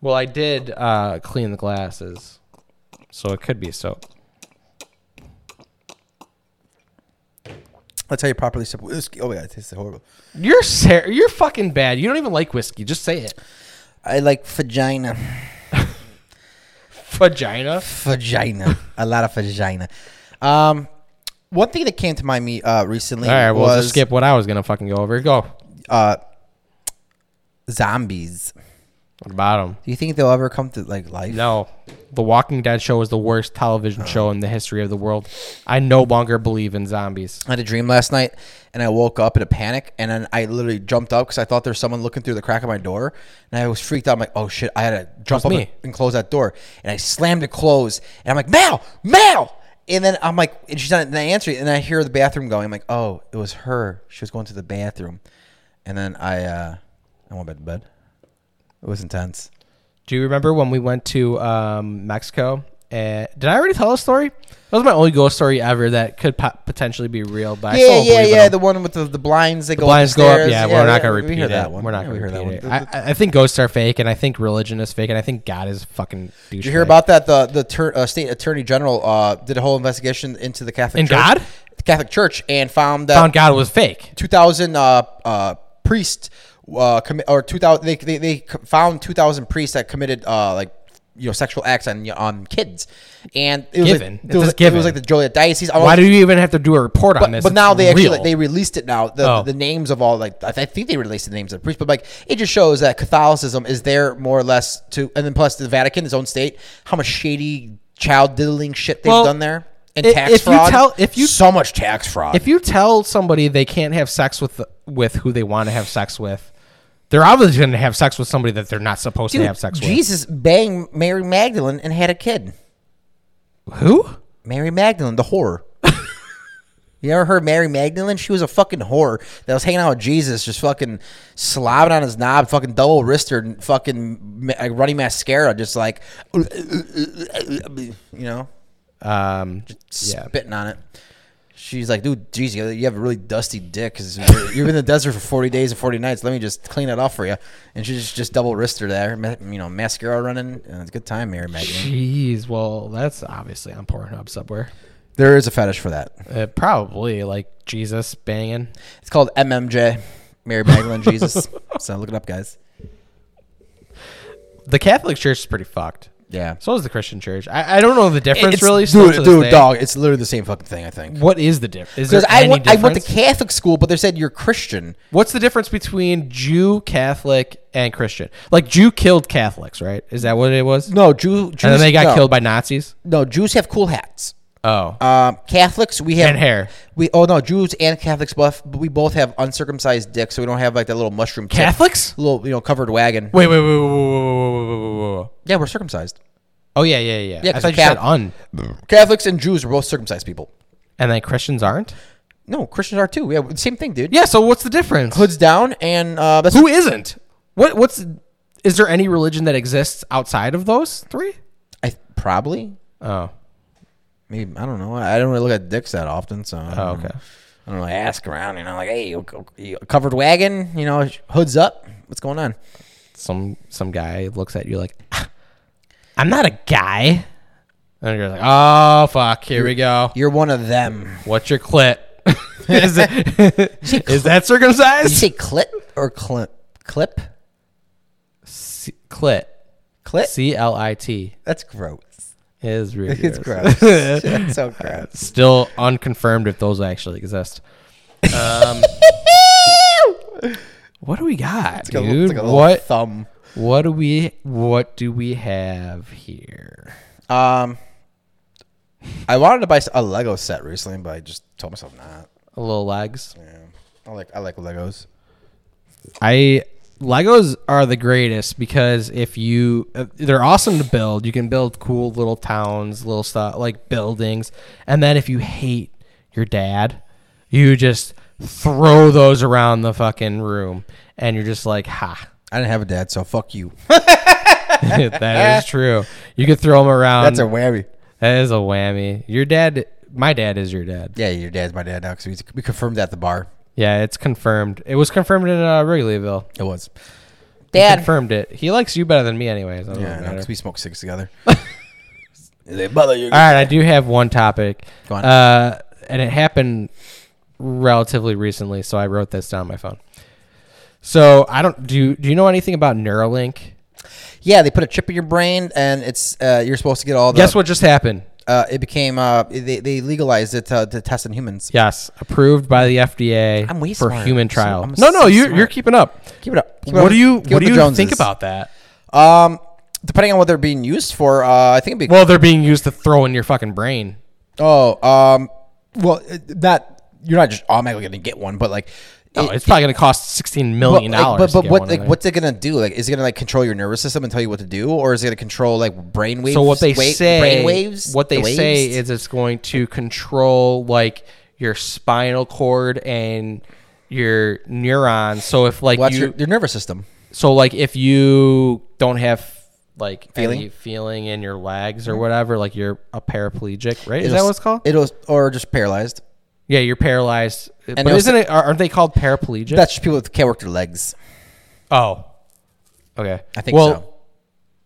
Speaker 2: Well, I did uh, clean the glasses, so it could be soap.
Speaker 1: That's how you properly sip whiskey. Oh, yeah, it tastes horrible.
Speaker 2: You're ser- you're fucking bad. You don't even like whiskey. Just say it.
Speaker 1: I like vagina.
Speaker 2: Vagina.
Speaker 1: vagina. a lot of vagina. Um, one thing that came to mind me uh, recently
Speaker 2: All right, we'll
Speaker 1: was
Speaker 2: just skip what I was gonna fucking go over. Go.
Speaker 1: uh, zombies.
Speaker 2: What about 'em?
Speaker 1: Do you think they'll ever come to like life?
Speaker 2: No, The Walking Dead show is the worst
Speaker 1: Uh-huh.
Speaker 2: television show in the history of the world. I no longer believe in zombies.
Speaker 1: I had a dream last night, and I woke up in a panic, and then I literally jumped up because I thought there was someone looking through the crack of my door, and I was freaked out. I'm like, "Oh shit!" I had to jump
Speaker 2: was
Speaker 1: up
Speaker 2: me.
Speaker 1: and, and close that door, and I slammed it closed, and I'm like, "Mal, Mal!" And then I'm like, and she's not and I answer, it, and I hear the bathroom going. I'm like, "Oh, it was her. She was going to the bathroom," and then I, uh, I went back to bed. It was intense.
Speaker 2: Do you remember when we went to um, Mexico? Uh, did I already tell a story? That was my only ghost story ever that could po- potentially be real. But I still
Speaker 1: yeah,
Speaker 2: don't
Speaker 1: yeah,
Speaker 2: believe in
Speaker 1: yeah.
Speaker 2: them.
Speaker 1: The one with the, the blinds that go
Speaker 2: blinds
Speaker 1: up the
Speaker 2: go up.
Speaker 1: stairs.
Speaker 2: Yeah, we're not gonna
Speaker 1: we
Speaker 2: repeat
Speaker 1: hear
Speaker 2: it.
Speaker 1: that one.
Speaker 2: We're not
Speaker 1: Yeah,
Speaker 2: gonna
Speaker 1: we hear
Speaker 2: repeat
Speaker 1: that one.
Speaker 2: it.
Speaker 1: The-
Speaker 2: I, I- I think ghosts are fake, and I think religion is fake, and I think God is fucking.
Speaker 1: Did you hear about that? The the tur- uh, state attorney general uh, did a whole investigation into the Catholic
Speaker 2: And
Speaker 1: Church,
Speaker 2: God?
Speaker 1: the Catholic Church, and found that
Speaker 2: Found God was fake.
Speaker 1: 2,000 uh, uh, priests uh, commi- or 2,000 they, they, they c- found 2,000 priests that committed uh, like you know sexual acts on on kids, and it was
Speaker 2: Given.
Speaker 1: like, it was,
Speaker 2: It's
Speaker 1: like,
Speaker 2: given.
Speaker 1: it was like the Joliet diocese. I don't
Speaker 2: Why
Speaker 1: know-
Speaker 2: do you even have to do a report on
Speaker 1: but,
Speaker 2: this?
Speaker 1: but
Speaker 2: It's
Speaker 1: now they actually
Speaker 2: real.
Speaker 1: like, they released it now the,
Speaker 2: Oh.
Speaker 1: the names of all like I, th- I think they released the names of the priests but like it just shows that Catholicism is there more or less to and then plus the Vatican its own state how much shady child diddling shit they've
Speaker 2: Well,
Speaker 1: done there and
Speaker 2: i-
Speaker 1: tax
Speaker 2: if you
Speaker 1: fraud
Speaker 2: tell- if you-
Speaker 1: so much tax fraud
Speaker 2: if you tell somebody they can't have sex with with who they want to have sex with, they're obviously going to have sex with somebody that they're not supposed
Speaker 1: Dude,
Speaker 2: to have sex
Speaker 1: Jesus banged Mary Magdalene and had a kid
Speaker 2: with. Who?
Speaker 1: Mary Magdalene the whore. You ever heard Mary Magdalene? She was a fucking whore that was hanging out with Jesus, just fucking slobbing on his knob, fucking double wristed, and fucking ma- like running mascara, just like, you know,
Speaker 2: Um, yeah.
Speaker 1: spitting on it. She's like, dude, geez, you you have a really dusty dick because you're, you're in the desert for 40 days and 40 nights. Let me just clean it off for you. And she just, just double wristed her there, ma- you know, mascara running. And it's a good time, Mary Magdalene.
Speaker 2: Jeez, well, that's obviously on Pornhub somewhere.
Speaker 1: There is a fetish for that.
Speaker 2: Uh, probably like Jesus banging.
Speaker 1: It's called MMJ, Mary Magdalene Jesus. So look it up, guys.
Speaker 2: The Catholic Church is pretty fucked.
Speaker 1: Yeah.
Speaker 2: So is the Christian Church. I, I don't know the difference really. still
Speaker 1: dude,
Speaker 2: to this
Speaker 1: dude
Speaker 2: day.
Speaker 1: dog. It's literally the same fucking thing, I think.
Speaker 2: What is the difference? Is there
Speaker 1: Because I
Speaker 2: any
Speaker 1: went, I
Speaker 2: difference?
Speaker 1: went to Catholic school, but they said you're Christian.
Speaker 2: What's the difference between Jew, Catholic, and Christian? Like Jew killed Catholics, right? Is that what it was?
Speaker 1: No, Jew, Jews.
Speaker 2: and then they got
Speaker 1: no.
Speaker 2: killed by Nazis.
Speaker 1: No, Jews have cool hats.
Speaker 2: Oh,
Speaker 1: Um, Catholics, we have
Speaker 2: And hair.
Speaker 1: We oh no, Jews and Catholics buff. But we both have uncircumcised dicks, so we don't have like that little mushroom. tip.
Speaker 2: Catholics?
Speaker 1: little you know covered wagon.
Speaker 2: Wait, wait, wait, wait, wait, wait, wait, wait, wait, wait, wait.
Speaker 1: Yeah, we're circumcised.
Speaker 2: Oh yeah, yeah, yeah.
Speaker 1: Yeah,
Speaker 2: I
Speaker 1: 'cause
Speaker 2: thought you
Speaker 1: Cath-
Speaker 2: said un,
Speaker 1: Catholics and Jews are both circumcised people.
Speaker 2: and then Christians aren't.
Speaker 1: No, Christians are too. Yeah, same thing, dude.
Speaker 2: Yeah. So what's the difference?
Speaker 1: hoods down, and uh, that's
Speaker 2: Who isn't? What? What's? Is there any religion that exists outside of those three?
Speaker 1: I probably
Speaker 2: Oh,
Speaker 1: maybe I don't know. I don't really look at dicks that often, so I don't
Speaker 2: Oh,
Speaker 1: know.
Speaker 2: okay.
Speaker 1: I don't really ask around, you know, like hey, you- you- covered wagon, you know, hoods up. What's going on?
Speaker 2: some some guy looks at you like, "Ah, I'm not a guy, and you're like, oh fuck, here we go.
Speaker 1: You're one of them.
Speaker 2: What's your clit? is, it, is that circumcised?
Speaker 1: Did you say clit or clip? Clip?
Speaker 2: C- clit.
Speaker 1: Clit?
Speaker 2: C L I T
Speaker 1: That's gross.
Speaker 2: is really
Speaker 1: It's
Speaker 2: gross.
Speaker 1: gross. It's so gross.
Speaker 2: Still unconfirmed if those actually exist. Um, what do we got,
Speaker 1: Like a-
Speaker 2: dude?
Speaker 1: like a little
Speaker 2: what
Speaker 1: thumb?
Speaker 2: what do we what do we have here?
Speaker 1: Um, I wanted to buy a Lego set recently, but I just told myself not.
Speaker 2: A little legs.
Speaker 1: Yeah. I like I like Legos.
Speaker 2: I Legos are the greatest because if you uh, they're awesome to build. You can build cool little towns, little stuff like buildings. And then if you hate your dad, you just throw those around the fucking room and you're just like, "Ha.
Speaker 1: I didn't have a dad, so fuck you.
Speaker 2: that is true. You could throw them around.
Speaker 1: That's a whammy.
Speaker 2: that is a whammy. Your dad my dad is your dad.
Speaker 1: Yeah, your dad's my dad now because we confirmed that at the bar.
Speaker 2: Yeah, it's confirmed. It was confirmed in uh, Wrigleyville.
Speaker 1: It was.
Speaker 2: He confirmed it. He likes you better than me, anyways. I don't
Speaker 1: Yeah,
Speaker 2: know
Speaker 1: because
Speaker 2: matter. Uh,
Speaker 1: we smoked six together. They bother you.
Speaker 2: All right, I do have one topic.
Speaker 1: Go on.
Speaker 2: Uh, and it happened relatively recently, so I wrote this down on my phone. So I don't do. you- Do you know anything about Neuralink?
Speaker 1: Yeah, they put a chip in your brain, and it's uh, you're supposed to get all the.
Speaker 2: Guess what just happened?
Speaker 1: Uh, it became uh, they, they legalized it uh, to, to test in humans.
Speaker 2: Yes, approved by the FDA
Speaker 1: I'm way
Speaker 2: for
Speaker 1: smart.
Speaker 2: human
Speaker 1: So-
Speaker 2: trial.
Speaker 1: I'm
Speaker 2: no, no,
Speaker 1: so
Speaker 2: you're you're
Speaker 1: smart.
Speaker 2: keeping up.
Speaker 1: Keep it up. Keep it
Speaker 2: what
Speaker 1: up.
Speaker 2: do you
Speaker 1: Keep
Speaker 2: What
Speaker 1: up
Speaker 2: do
Speaker 1: the
Speaker 2: you
Speaker 1: Joneses.
Speaker 2: think about that?
Speaker 1: Um, depending on what they're being used for, uh, I think it'd be.
Speaker 2: Well, they're being used to throw in your fucking brain.
Speaker 1: oh, um, well, it- not you're not just automatically gonna get one, but like.
Speaker 2: No,
Speaker 1: it-
Speaker 2: it's probably going to cost sixteen
Speaker 1: but,
Speaker 2: million
Speaker 1: like,
Speaker 2: dollars.
Speaker 1: but,
Speaker 2: to
Speaker 1: but
Speaker 2: get
Speaker 1: what
Speaker 2: one
Speaker 1: like
Speaker 2: of
Speaker 1: what's it gonna do? Like, is it gonna like control your nervous system and tell you what to do, or is it gonna control like brain waves?
Speaker 2: So what they
Speaker 1: wa-
Speaker 2: say,
Speaker 1: brain waves.
Speaker 2: what they
Speaker 1: The
Speaker 2: say
Speaker 1: waves?
Speaker 2: is it's going to control like your spinal cord and your neurons. So if like
Speaker 1: Well, that's
Speaker 2: you,
Speaker 1: your, your nervous system.
Speaker 2: so like if you don't have like
Speaker 1: Feeling?
Speaker 2: any feeling in your legs or whatever, like you're a paraplegic, right? Is that what it's called?
Speaker 1: It'll or just paralyzed.
Speaker 2: yeah, you're paralyzed. but
Speaker 1: it'll
Speaker 2: isn't
Speaker 1: say-
Speaker 2: it? are- Aren't they called paraplegic?
Speaker 1: That's just people that can't work their legs.
Speaker 2: oh, okay.
Speaker 1: I think
Speaker 2: well,
Speaker 1: so.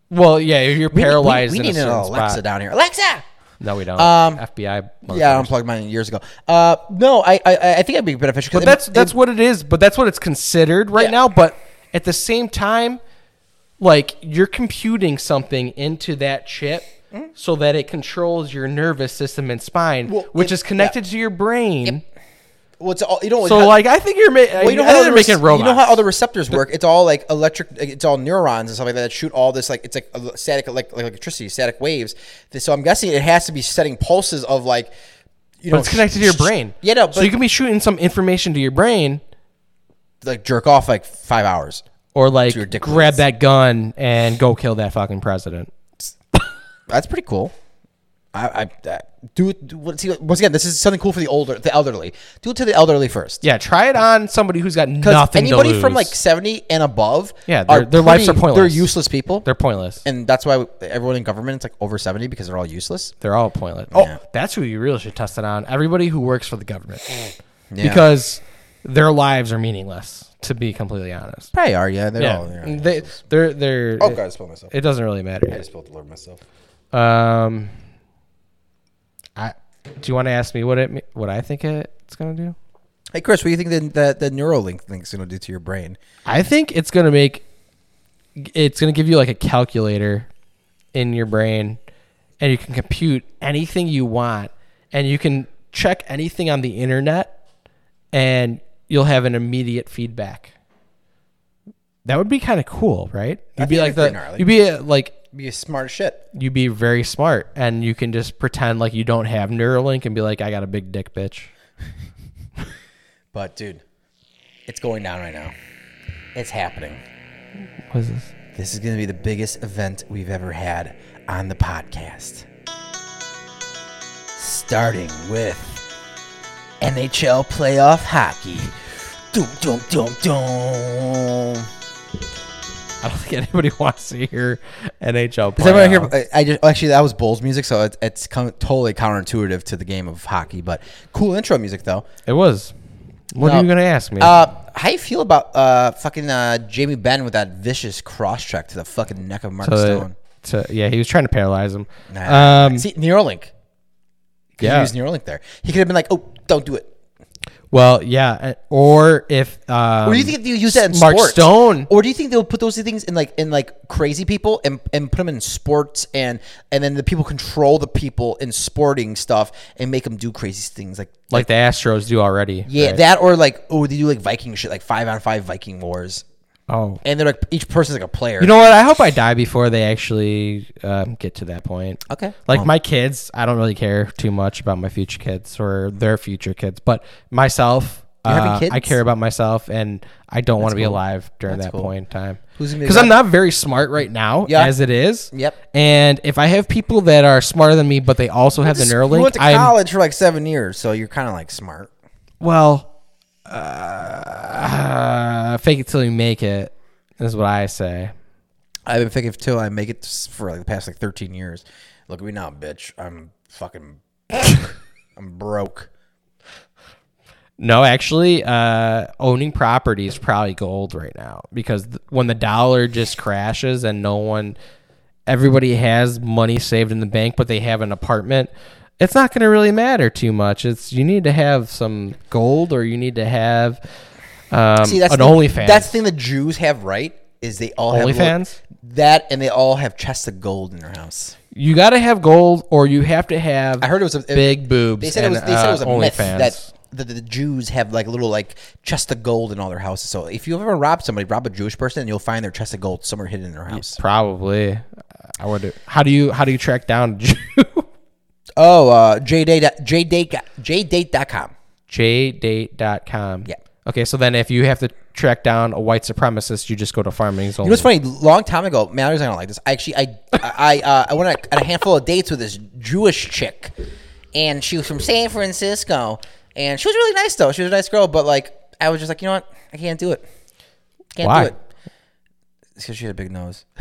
Speaker 2: Well, yeah, you're
Speaker 1: We- we-
Speaker 2: paralyzed.
Speaker 1: We,
Speaker 2: in
Speaker 1: need
Speaker 2: a
Speaker 1: an
Speaker 2: certain
Speaker 1: Alexa
Speaker 2: spot.
Speaker 1: down here. Alexa.
Speaker 2: No, we don't.
Speaker 1: Um,
Speaker 2: FBI.
Speaker 1: Yeah, I unplugged mine years ago. Uh, no, I, I I think I'd be beneficial. 'cause
Speaker 2: But
Speaker 1: it-
Speaker 2: that's
Speaker 1: it-
Speaker 2: that's what it is. But that's what it's considered right
Speaker 1: Yeah.
Speaker 2: now. But at the same time, like you're computing something into that chip so that it controls your nervous system and spine,
Speaker 1: Mm-hmm. Well,
Speaker 2: which
Speaker 1: it-
Speaker 2: is connected to your brain.
Speaker 1: well, it's all you know.
Speaker 2: So
Speaker 1: how-
Speaker 2: like I think you're, ma-
Speaker 1: well, you know
Speaker 2: I
Speaker 1: how
Speaker 2: think
Speaker 1: the
Speaker 2: they're
Speaker 1: rec-
Speaker 2: making robots.
Speaker 1: You know how all the receptors work. It's all like electric. It's all neurons and stuff like that that shoot all this like it's like el- static like, like electricity, static waves. So I'm guessing it has to be setting pulses of like. You
Speaker 2: but
Speaker 1: know,
Speaker 2: it's connected to your brain.
Speaker 1: Yeah, no, but
Speaker 2: so you can be shooting some information to your brain,
Speaker 1: like jerk off like five hours.
Speaker 2: or like
Speaker 1: your dick
Speaker 2: grab
Speaker 1: rings.
Speaker 2: that gun and go kill that fucking president.
Speaker 1: That's pretty cool. I, I uh, do it. do- what- see, once again, this is something cool for the older, the elderly. Do it to the elderly first.
Speaker 2: Yeah, try it on somebody who's got
Speaker 1: Because
Speaker 2: nothing
Speaker 1: anybody
Speaker 2: to lose.
Speaker 1: from like seventy and above,
Speaker 2: Yeah, their-
Speaker 1: are
Speaker 2: their lives are pointless.
Speaker 1: They're useless people,
Speaker 2: they're pointless.
Speaker 1: and that's why everyone in government is like over seventy because they're all useless.
Speaker 2: They're all pointless. Oh, that's who you really should test it on. Everybody who works for the government, because their lives are meaningless. To be completely honest,
Speaker 1: Probably are yeah. They're all.
Speaker 2: Oh, yeah,
Speaker 1: They're,
Speaker 2: they, they're they're.
Speaker 1: oh god, I spilled myself.
Speaker 2: it doesn't really matter.
Speaker 1: I just spilled the Lord myself.
Speaker 2: Um, I do you want to ask me what it me- what I think it's gonna do?
Speaker 1: Hey Chris, what do you think the the, the Neuralink thing's gonna do to your brain?
Speaker 2: I think it's gonna make it's gonna give you like a calculator in your brain, and you can compute anything you want, and you can check anything on the internet, and you'll have an immediate feedback. That would be kind of cool, right? You'd be
Speaker 1: think that'd be
Speaker 2: like the
Speaker 1: pretty gnarly.
Speaker 2: you'd be uh, like
Speaker 1: Be a smart as shit.
Speaker 2: you'd be very smart and you can just pretend like you don't have Neuralink and be like, I got a big dick, bitch.
Speaker 1: But dude, it's going down right now. It's happening.
Speaker 2: What is this?
Speaker 1: This is going to be the biggest event we've ever had on the podcast. Starting with NHL playoff hockey. Doom, doom, doom, doom.
Speaker 2: I don't think anybody wants to hear NHL.
Speaker 1: Does everyone
Speaker 2: playoff.
Speaker 1: hear? I I just actually that was Bulls music, so it, it's come, totally counterintuitive to the game of hockey. But cool intro music though.
Speaker 2: It was. What
Speaker 1: No.
Speaker 2: are you gonna ask me?
Speaker 1: Uh, how you feel about uh fucking uh Jamie Benn with that vicious cross check to the fucking neck of Mark
Speaker 2: to,
Speaker 1: Stone?
Speaker 2: to, yeah, he was trying to paralyze him.
Speaker 1: Nah.
Speaker 2: Um,
Speaker 1: See Neuralink. Could
Speaker 2: Yeah.
Speaker 1: yeah. use Neuralink there. He could have been like, "Oh, don't do it."
Speaker 2: well, yeah, uh, or if um,
Speaker 1: Or do you think they use that in
Speaker 2: Mark
Speaker 1: sports?
Speaker 2: Stone?
Speaker 1: Or do you think they'll put those things in like in like crazy people and and put them in sports and and then the people control the people in sporting stuff and make them do crazy things like
Speaker 2: like the Astros do already?
Speaker 1: yeah
Speaker 2: right?
Speaker 1: that or like oh they do like Viking shit like five on five Viking wars
Speaker 2: oh,
Speaker 1: and they're like each person's like a player.
Speaker 2: you know what? I hope I die before they actually um, get to that point.
Speaker 1: Okay.
Speaker 2: Like my kids, I don't really care too much about my future kids or their future kids, but myself,
Speaker 1: having
Speaker 2: uh, I
Speaker 1: kids?
Speaker 2: care about myself, and I don't want to be
Speaker 1: cool.
Speaker 2: alive during
Speaker 1: That's
Speaker 2: that
Speaker 1: cool.
Speaker 2: point in time.
Speaker 1: Who's gonna be
Speaker 2: Because
Speaker 1: the
Speaker 2: I'm not very smart right now,
Speaker 1: Yeah.
Speaker 2: as it is.
Speaker 1: Yep.
Speaker 2: And if I have people that are smarter than me, but they also have the
Speaker 1: Just- you went
Speaker 2: Neuralink,
Speaker 1: to
Speaker 2: I'm
Speaker 1: college for like seven years, so you're kind of like smart.
Speaker 2: well, uh, fake it till you make it is what I say.
Speaker 1: I've been thinking till I make it s- for like the past like 13 years. Look at me now, bitch. I'm fucking, I'm broke.
Speaker 2: No, actually, uh, owning property is probably gold right now because th- when the dollar just crashes and no one, everybody has money saved in the bank, but they have an apartment, it's not going to really matter too much. It's you need to have some gold or you need to have um,
Speaker 1: See, that's
Speaker 2: an
Speaker 1: the,
Speaker 2: OnlyFans.
Speaker 1: That's the thing the Jews have, right? Is they all have little-
Speaker 2: OnlyFans?
Speaker 1: that, and they all have chests of gold in their house.
Speaker 2: you got to have gold or you have to have.
Speaker 1: I heard it was a it-
Speaker 2: big boobs.
Speaker 1: They said it was.
Speaker 2: and,
Speaker 1: They said it was a
Speaker 2: uh,
Speaker 1: myth
Speaker 2: OnlyFans.
Speaker 1: that the, the Jews have like little like chest of gold in all their houses. So if you ever rob somebody, rob a Jewish person, and you'll find their chest of gold somewhere hidden in their house.
Speaker 2: probably. I would. How do you how do you track down a Jew?
Speaker 1: Oh, uh, jdate jdate jdate.com.
Speaker 2: jdate.com.
Speaker 1: Yeah.
Speaker 2: Okay, so then if you have to track down a white supremacist, you just go to farming zone.
Speaker 1: You know what's funny? Long time ago, Mallory's not gonna like this. I actually, I, I, uh, I went on a handful of dates with this Jewish chick, and she was from San Francisco, and she was really nice though. She was a nice girl, but like, I was just like, you know what? I can't do it. Can't
Speaker 2: Why?
Speaker 1: do it. because she had a big nose.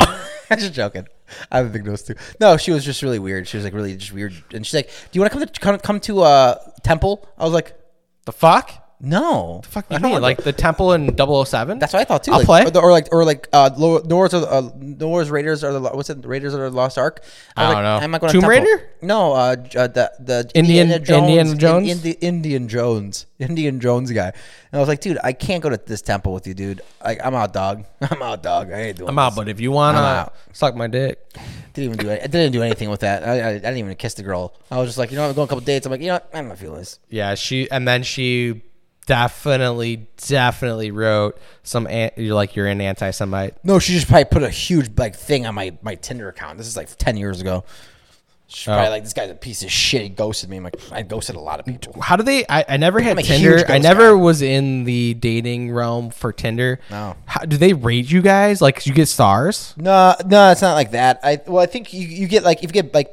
Speaker 1: I'm just joking. I have a big nose too. No, she was just really weird. She was like really just weird, and she's like, "Do you want to come to come, come to uh temple?" I was like,
Speaker 2: The fuck?
Speaker 1: "No,
Speaker 2: Fuck you mean? Like the temple in 007?
Speaker 1: That's what I thought too.
Speaker 2: I'll
Speaker 1: like,
Speaker 2: play.
Speaker 1: or, the- or like or like uh, Lo- Noah's are the, uh, Noah's Raiders are the lo- what's it? Raiders are the Lost Ark. I, was
Speaker 2: I
Speaker 1: like,
Speaker 2: don't know.
Speaker 1: I'm not going
Speaker 2: Tomb
Speaker 1: to Temple.
Speaker 2: Raider?
Speaker 1: No, uh, j- uh, the the
Speaker 2: Indian- Indiana
Speaker 1: in-
Speaker 2: Jones?
Speaker 1: in, the Indian Jones, Indian Jones guy. And I was like, dude, I can't go to this temple with you, dude. Like, I'm out, dog. I'm out, dog. I ain't doing.
Speaker 2: I'm out, but if you wanna
Speaker 1: I'm out.
Speaker 2: suck my dick.
Speaker 1: this. Didn't even do. Any, I didn't do anything with that. I, I, I didn't even kiss the girl. I was just like, you know, what, I'm going a couple dates. I'm like, you know, what, I'm not feeling this.
Speaker 2: Yeah, she and then she definitely definitely wrote some an, you're like you're an anti-Semite.
Speaker 1: No, she just probably put a huge like thing on my my Tinder account. This is like ten years ago. She's probably like, this guy's a piece of shit. He ghosted me. I'm like, I ghosted a lot of people.
Speaker 2: How do they? I, I never had
Speaker 1: I'm a
Speaker 2: Tinder.
Speaker 1: huge
Speaker 2: I
Speaker 1: ghost
Speaker 2: never was in the dating realm for Tinder.
Speaker 1: No.
Speaker 2: How, do they rate you guys? Like, you get stars?
Speaker 1: No, no, it's not like that. I well, I think you, you get like if you get like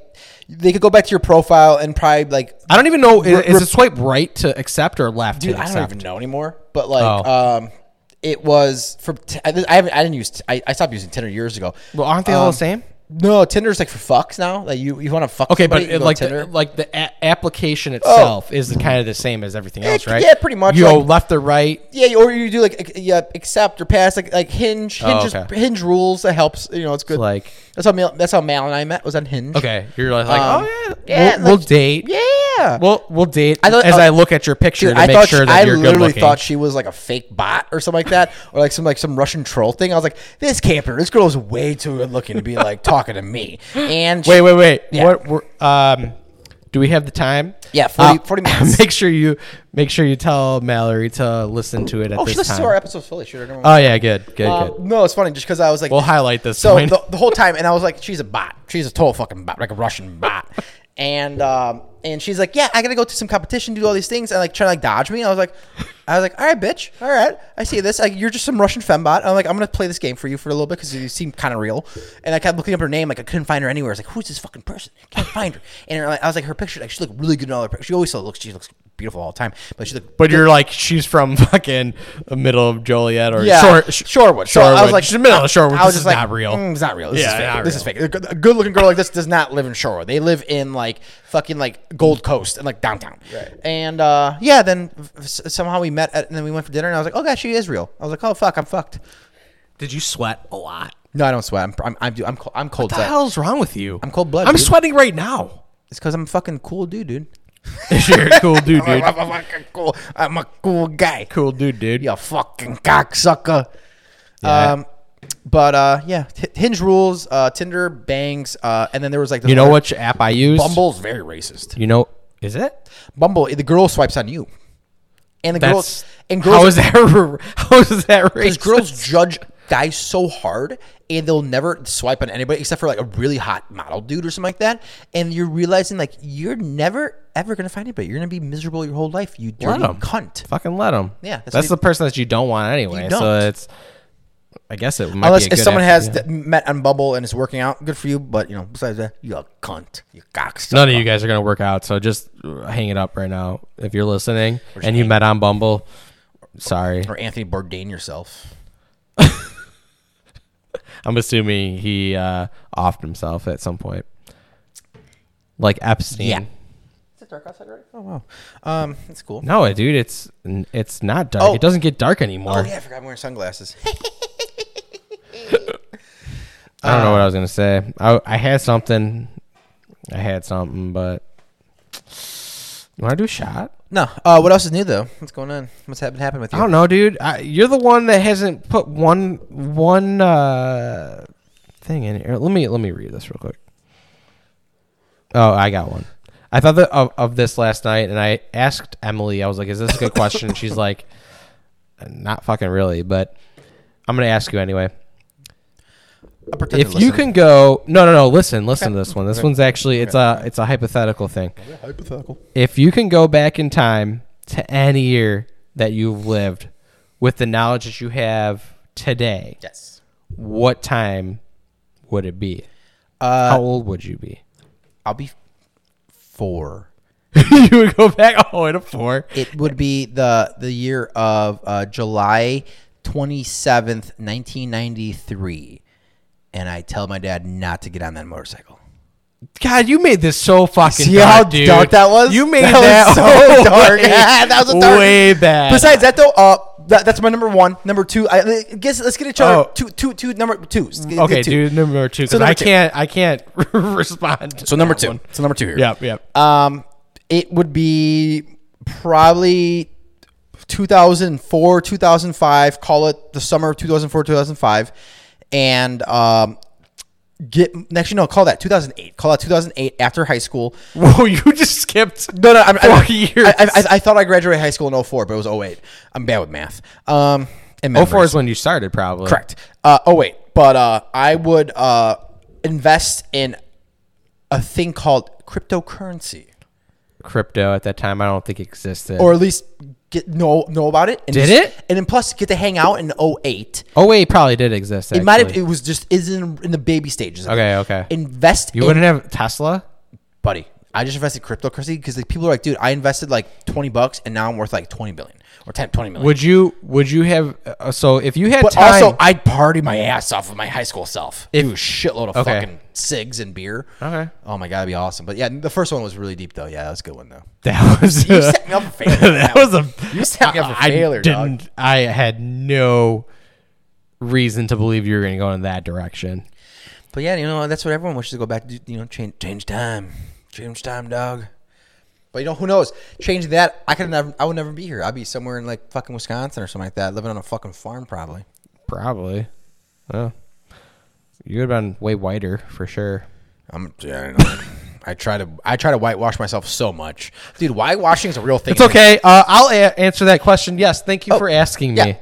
Speaker 1: they could go back to your profile and probably like
Speaker 2: I don't even know. Is,
Speaker 1: Re-
Speaker 2: is it swipe right to accept or left
Speaker 1: dude,
Speaker 2: to
Speaker 1: I
Speaker 2: accept?
Speaker 1: don't even know anymore. But like,
Speaker 2: Oh.
Speaker 1: um, it was for t- I, I haven't I didn't use I, I stopped using Tinder years ago.
Speaker 2: Well, aren't they all
Speaker 1: Um,
Speaker 2: the same?
Speaker 1: No, Tinder's like for fucks now. Like you you want to fuck?
Speaker 2: Okay, but
Speaker 1: somebody, you
Speaker 2: it,
Speaker 1: go
Speaker 2: like
Speaker 1: Tinder. Oh.
Speaker 2: the, like the a- application itself is kind of the same as everything else, right?
Speaker 1: yeah, pretty much,
Speaker 2: You go
Speaker 1: like-
Speaker 2: left or right.
Speaker 1: yeah, or you do like ac- yeah, accept or pass like like Hinge.
Speaker 2: Oh,
Speaker 1: Hinge,
Speaker 2: okay.
Speaker 1: is, Hinge rules. That helps. You know, it's good.
Speaker 2: like-
Speaker 1: that's how Mal, that's how Mal and I met was on Hinge.
Speaker 2: Okay, you're like, like,
Speaker 1: Um,
Speaker 2: oh yeah,
Speaker 1: yeah,
Speaker 2: we'll, we'll
Speaker 1: like-
Speaker 2: date.
Speaker 1: Yeah.
Speaker 2: We'll we'll date.
Speaker 1: I thought-
Speaker 2: as
Speaker 1: uh,
Speaker 2: I look at your picture
Speaker 1: Dude,
Speaker 2: to
Speaker 1: I
Speaker 2: make
Speaker 1: thought
Speaker 2: sure
Speaker 1: she,
Speaker 2: that
Speaker 1: I
Speaker 2: you're good
Speaker 1: literally
Speaker 2: looking.
Speaker 1: thought she was like a fake bot or something like that, or like some like some Russian troll thing. I was like, this can't be. This girl is way too good looking to be like talking to me. And she-
Speaker 2: Wait, wait, wait.
Speaker 1: Yeah.
Speaker 2: What? We're, um, do we have the time? Uh,
Speaker 1: Yeah, 40 40 minutes.
Speaker 2: make sure you make sure you tell Mallory to listen to it at
Speaker 1: oh, she
Speaker 2: this
Speaker 1: listens
Speaker 2: time.
Speaker 1: to our episodes fully. Sure, never mind.
Speaker 2: oh yeah, good, good,
Speaker 1: Uh,
Speaker 2: good.
Speaker 1: no, it's funny just because I was like,
Speaker 2: We'll highlight this
Speaker 1: So
Speaker 2: point.
Speaker 1: the, the whole time, and I was like, she's a bot. She's a total fucking bot, like a Russian bot. and um, and she's like, yeah, I gotta go to some competition, do all these things, and like trying to like dodge me. I was like, I was like, all right, bitch, all right, I see this. Like, you're just some Russian fembot. I'm like, I'm gonna play this game for you for a little bit because you seem kind of real. And I kept looking up her name, like I couldn't find her anywhere. I was like, who's this fucking person? Can't find her. And her, like, I was like, her picture, like she looked really good in all her pictures. She always looks, she looks beautiful all the time, but she looked.
Speaker 2: But you're like she's from fucking the middle of Joliet or
Speaker 1: Yeah,
Speaker 2: Shore- Sh-
Speaker 1: Shorewood. So I was like,
Speaker 2: she's the middle
Speaker 1: I-
Speaker 2: of Shorewood.
Speaker 1: I was
Speaker 2: this
Speaker 1: just
Speaker 2: is
Speaker 1: like,
Speaker 2: not real.
Speaker 1: "Mm, it's not real. This
Speaker 2: Yeah,
Speaker 1: is fake.
Speaker 2: not
Speaker 1: This is fake. A good looking girl like this does not live in Shorewood. They live in like fucking like Gold Coast and like downtown. Right. And uh, yeah, then s- somehow we met at, and then we went for dinner and I was like, oh god, she is real. I was like, oh fuck, I'm fucked.
Speaker 2: Did you sweat a lot?
Speaker 1: No, I don't sweat. I'm I'm I'm, I'm cold. I'm cold.
Speaker 2: What the
Speaker 1: blooded.
Speaker 2: hell's wrong with you?
Speaker 1: I'm cold blooded,
Speaker 2: I'm
Speaker 1: dude.
Speaker 2: sweating right now.
Speaker 1: It's because I'm a fucking cool dude, dude.
Speaker 2: you're a cool dude, dude.
Speaker 1: I'm a fucking cool. I'm a cool guy.
Speaker 2: Cool dude, dude.
Speaker 1: You fucking cocksucker.
Speaker 2: Yeah.
Speaker 1: Um, but uh, yeah, H- Hinge rules, uh, Tinder bangs, uh, and then there was like the
Speaker 2: You know what app I use?
Speaker 1: Bumble's very racist.
Speaker 2: You know, is it?
Speaker 1: Bumble, the girl swipes on you, and the
Speaker 2: That's
Speaker 1: girls and girls
Speaker 2: how is that? How is that
Speaker 1: because
Speaker 2: racist?
Speaker 1: girls judge guys so hard and they'll never swipe on anybody except for like a really hot model dude or something like that and you're realizing like you're never ever gonna find anybody you're gonna be miserable your whole life you dirty
Speaker 2: 'em.
Speaker 1: cunt
Speaker 2: fucking let them.
Speaker 1: Yeah,
Speaker 2: that's,
Speaker 1: that's what you-
Speaker 2: the person that you don't want anyway.
Speaker 1: You
Speaker 2: So
Speaker 1: don't.
Speaker 2: it's, I guess it might
Speaker 1: Unless
Speaker 2: be a
Speaker 1: if
Speaker 2: good
Speaker 1: someone
Speaker 2: app-
Speaker 1: has
Speaker 2: yeah.
Speaker 1: th- met on Bumble and is working out, good for you. But you know, besides that, you're a cunt, you cocksucker.
Speaker 2: None of you guys are gonna work out, so just uh, hang it up right now. If you're listening and you met on Bumble,
Speaker 1: Oh.
Speaker 2: sorry,
Speaker 1: or Anthony Bourdain yourself.
Speaker 2: I'm assuming he uh, offed himself at some point, like Epstein.
Speaker 1: Yeah. Is it dark outside already? Oh wow, um, that's cool.
Speaker 2: No, dude, it's it's not dark.
Speaker 1: Oh.
Speaker 2: It doesn't get dark anymore.
Speaker 1: Oh yeah, I forgot I'm wearing sunglasses.
Speaker 2: I don't know
Speaker 1: Uh.
Speaker 2: what I was gonna say. I I had something. I had something, but you want to do a shot?
Speaker 1: no, uh, what else is new though? What's going on? What's happened happened with
Speaker 2: I
Speaker 1: you?
Speaker 2: don't know, dude. I, you're the one that hasn't put one one uh, thing in here. Let me let me read this real quick. Oh, I got one. I thought that of, of this last night, and I asked Emily. I was like, "Is this a good question?" She's like, "Not fucking really," but I'm gonna ask you anyway.
Speaker 1: I pretend to
Speaker 2: if you
Speaker 1: listen.
Speaker 2: can go no no no listen listen to this one this one's actually it's a it's a hypothetical thing
Speaker 1: hypothetical.
Speaker 2: if you can go back in time to any year that you've lived with the knowledge that you have today
Speaker 1: Yes.
Speaker 2: what time would it be
Speaker 1: Uh,
Speaker 2: how old would you be
Speaker 1: I'll be four.
Speaker 2: you would go back all the way to four
Speaker 1: It would be the the year of uh, July twenty seventh, nineteen ninety three, and I tell my dad not to get on that motorcycle.
Speaker 2: god you made this so fucking
Speaker 1: See
Speaker 2: dark,
Speaker 1: how
Speaker 2: dude.
Speaker 1: dark that was?
Speaker 2: you made
Speaker 1: That was
Speaker 2: that,
Speaker 1: so dark.
Speaker 2: way-
Speaker 1: Yeah, that was a dark-
Speaker 2: way bad
Speaker 1: Besides that, though, uh, that, that's my number one. Number two, I I guess let's get each
Speaker 2: Oh.
Speaker 1: other two, two, two, number twos. Get-
Speaker 2: okay
Speaker 1: get two.
Speaker 2: dude number two 'cause
Speaker 1: So number
Speaker 2: i
Speaker 1: two.
Speaker 2: can't i can't respond to
Speaker 1: So number
Speaker 2: that
Speaker 1: two.
Speaker 2: one.
Speaker 1: So number two here.
Speaker 2: yep yep
Speaker 1: Um, it would be probably 2004, 2005. Call it the summer of 2004, 2005, and um, get actually no, call that 2008. Call that 2008 after high school.
Speaker 2: Whoa, you just skipped.
Speaker 1: No, no, I'm,
Speaker 2: Four
Speaker 1: I,
Speaker 2: years.
Speaker 1: I, I, I, I thought I graduated high school in 04, but it was 08. I'm bad with math. Um, and memories.
Speaker 2: 04 is when you started, probably.
Speaker 1: Correct. Uh, oh wait, but uh, I would uh, invest in a a thing called cryptocurrency,
Speaker 2: Crypto at that time, I don't think existed.
Speaker 1: or at least get know know about it. And
Speaker 2: Did
Speaker 1: just-
Speaker 2: it?
Speaker 1: And then plus get to hang out in 08.
Speaker 2: oh wait, probably did exist.
Speaker 1: It might have.
Speaker 2: actually.
Speaker 1: It was just is in in the baby stages. of it.
Speaker 2: Okay, okay.
Speaker 1: Invest.
Speaker 2: you
Speaker 1: in-
Speaker 2: wouldn't have Tesla.
Speaker 1: buddy. I just invested cryptocurrency because like, people are like, dude, I invested like twenty bucks and now I'm worth like twenty billion or 10, 20 million.
Speaker 2: Would you? Would you have? Uh, so if you had
Speaker 1: but
Speaker 2: time,
Speaker 1: also, I'd party my ass off with my high school self.
Speaker 2: If-
Speaker 1: do a shitload of
Speaker 2: Okay.
Speaker 1: fucking cigs and beer.
Speaker 2: Okay.
Speaker 1: Oh my god, that'd be awesome. But yeah, the first one was really deep though. Yeah, that was a good one though.
Speaker 2: that was
Speaker 1: You set me up for failure.
Speaker 2: that was a
Speaker 1: you set me up for
Speaker 2: I
Speaker 1: failure, dog.
Speaker 2: didn't. I had no reason to believe you were going to go in that direction.
Speaker 1: But yeah, you know that's what everyone wishes to go back to. You know, change change time, change time, dog. But you know who knows? Change that, I could never. I would never be here. I'd be somewhere in like fucking Wisconsin or something like that, living on a fucking farm probably.
Speaker 2: Probably. Well, you would have been way whiter for sure.
Speaker 1: I'm. Yeah, I, don't know. I try to. I try to whitewash myself so much, dude. Whitewashing is a real thing.
Speaker 2: It's okay. Uh, I'll a- answer that question. Yes, thank you
Speaker 1: Oh,
Speaker 2: for asking me.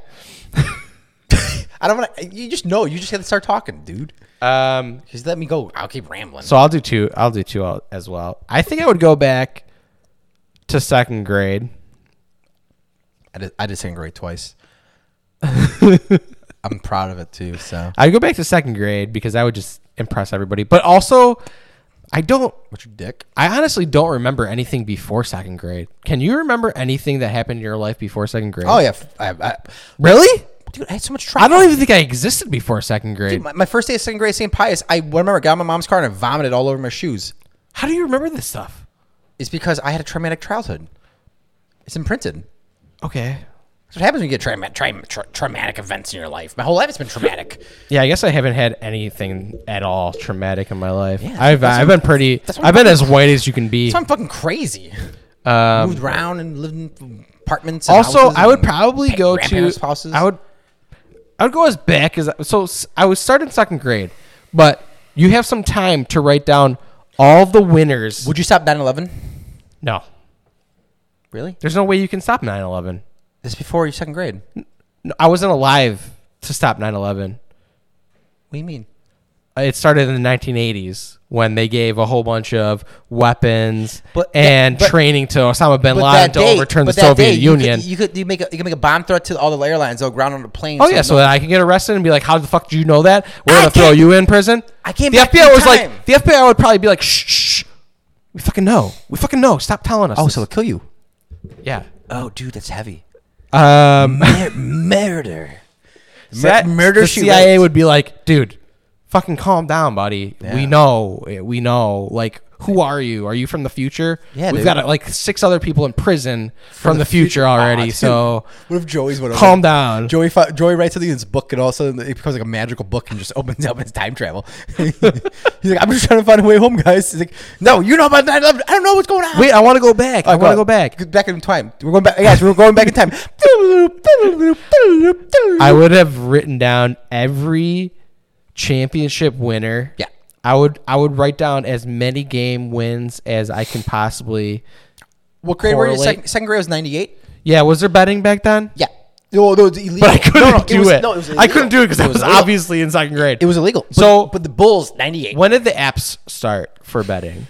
Speaker 1: I don't want to. You just know. You just have to start talking, dude.
Speaker 2: Um,
Speaker 1: Just let me go. I'll keep rambling.
Speaker 2: so I'll do two. I'll do two al- as well. I think I would go back to second grade.
Speaker 1: I did, I disintegrate twice. I'm proud of it too. So
Speaker 2: I'd go back to second grade because I would just impress everybody. But also, I don't.
Speaker 1: what's your dick?
Speaker 2: I honestly don't remember anything before second grade. Can you remember anything that happened in your life before second grade?
Speaker 1: Oh yeah, f- I, I,
Speaker 2: really?
Speaker 1: dude. I had so much
Speaker 2: I
Speaker 1: trouble.
Speaker 2: don't even think I existed before second grade.
Speaker 1: My, my first day of second grade, St. Pius, I remember I got in my mom's car and I vomited all over my shoes.
Speaker 2: How do you remember this stuff?
Speaker 1: It's because I had a traumatic childhood. It's imprinted.
Speaker 2: Okay.
Speaker 1: That's what happens when you get trauma tra- tra- traumatic events in your life. My whole life has been traumatic.
Speaker 2: Yeah, I guess I haven't had anything at all traumatic in my life.
Speaker 1: Yeah,
Speaker 2: I've uh,
Speaker 1: that's
Speaker 2: I've
Speaker 1: what-
Speaker 2: been pretty.
Speaker 1: that's what
Speaker 2: I've been as white as you can be.
Speaker 1: So I'm fucking crazy. Moved around and lived in apartments. and
Speaker 2: Um, Also,
Speaker 1: houses
Speaker 2: I would
Speaker 1: and
Speaker 2: probably
Speaker 1: pa-
Speaker 2: go to.
Speaker 1: grandparents' houses.
Speaker 2: I would. I would go as back as so. s- I was starting second grade, but you have some time to write down all the winners.
Speaker 1: Would you stop 9/11?
Speaker 2: no,
Speaker 1: Really?
Speaker 2: there's no way you can stop 9/11.
Speaker 1: This is before your second grade. What
Speaker 2: No, I wasn't alive to stop 9/11.
Speaker 1: do you mean?
Speaker 2: Uh, It started in the 1980s when they gave a whole bunch of weapons
Speaker 1: But that-
Speaker 2: and
Speaker 1: but-
Speaker 2: training to Osama bin
Speaker 1: But
Speaker 2: Laden
Speaker 1: that
Speaker 2: to
Speaker 1: day-
Speaker 2: overturn the
Speaker 1: but that
Speaker 2: Soviet
Speaker 1: day, you could-
Speaker 2: Union.
Speaker 1: You could, you could make a, you could make a bomb threat to all the airlines. They'll ground on the plane.
Speaker 2: Oh yeah, so that I can get arrested and be like, "How the fuck do you know that? We're
Speaker 1: I
Speaker 2: gonna throw
Speaker 1: came-
Speaker 2: you in prison."
Speaker 1: I came
Speaker 2: The
Speaker 1: back
Speaker 2: FBI
Speaker 1: in
Speaker 2: was
Speaker 1: time.
Speaker 2: like, the FBI would probably be like, "Shh, shh, shh. we fucking know, we fucking know. Stop telling us."
Speaker 1: oh,
Speaker 2: this."
Speaker 1: so it'll kill you.
Speaker 2: yeah.
Speaker 1: Oh, dude, that's heavy.
Speaker 2: Um,
Speaker 1: Mur- murder. Mur-
Speaker 2: that-
Speaker 1: murder.
Speaker 2: The
Speaker 1: she
Speaker 2: CIA
Speaker 1: wrote.
Speaker 2: would be like, "Dude, fucking calm down, buddy. We know, eh, we know. Like, who are you? Are you from the future?
Speaker 1: Yeah,
Speaker 2: we've
Speaker 1: dude.
Speaker 2: got like six other people in prison from, the,
Speaker 1: the
Speaker 2: future
Speaker 1: future.
Speaker 2: already.
Speaker 1: Ah,
Speaker 2: so
Speaker 1: What if Joey's one? of
Speaker 2: calm
Speaker 1: them?
Speaker 2: down."
Speaker 1: Joey fi- Joey writes something in his book, and all of a sudden it becomes like a magical book, and just opens up and it's time travel. He's like, I'm just trying to find a way home, guys. He's like, No, you know about 9/11. I don't know what's going on.
Speaker 2: Wait, I want to go back. I want to go back.
Speaker 1: Back in time. We're going back. Guys, we're going back in time.
Speaker 2: I would have written down every championship winner.
Speaker 1: Yeah.
Speaker 2: I would I would write down as many game wins as I can possibly.
Speaker 1: what grade were you?
Speaker 2: correlate.
Speaker 1: Second, second grade was 98.
Speaker 2: Yeah, was there betting back then?
Speaker 1: Yeah. No, no, it's illegal.
Speaker 2: But I couldn't
Speaker 1: No, no,
Speaker 2: do it.
Speaker 1: was- no, was
Speaker 2: I couldn't
Speaker 1: illegal.
Speaker 2: do it because I was
Speaker 1: illegal.
Speaker 2: obviously in second grade.
Speaker 1: It was illegal. But-
Speaker 2: So-
Speaker 1: but the Bulls 98.
Speaker 2: When did the apps start for betting?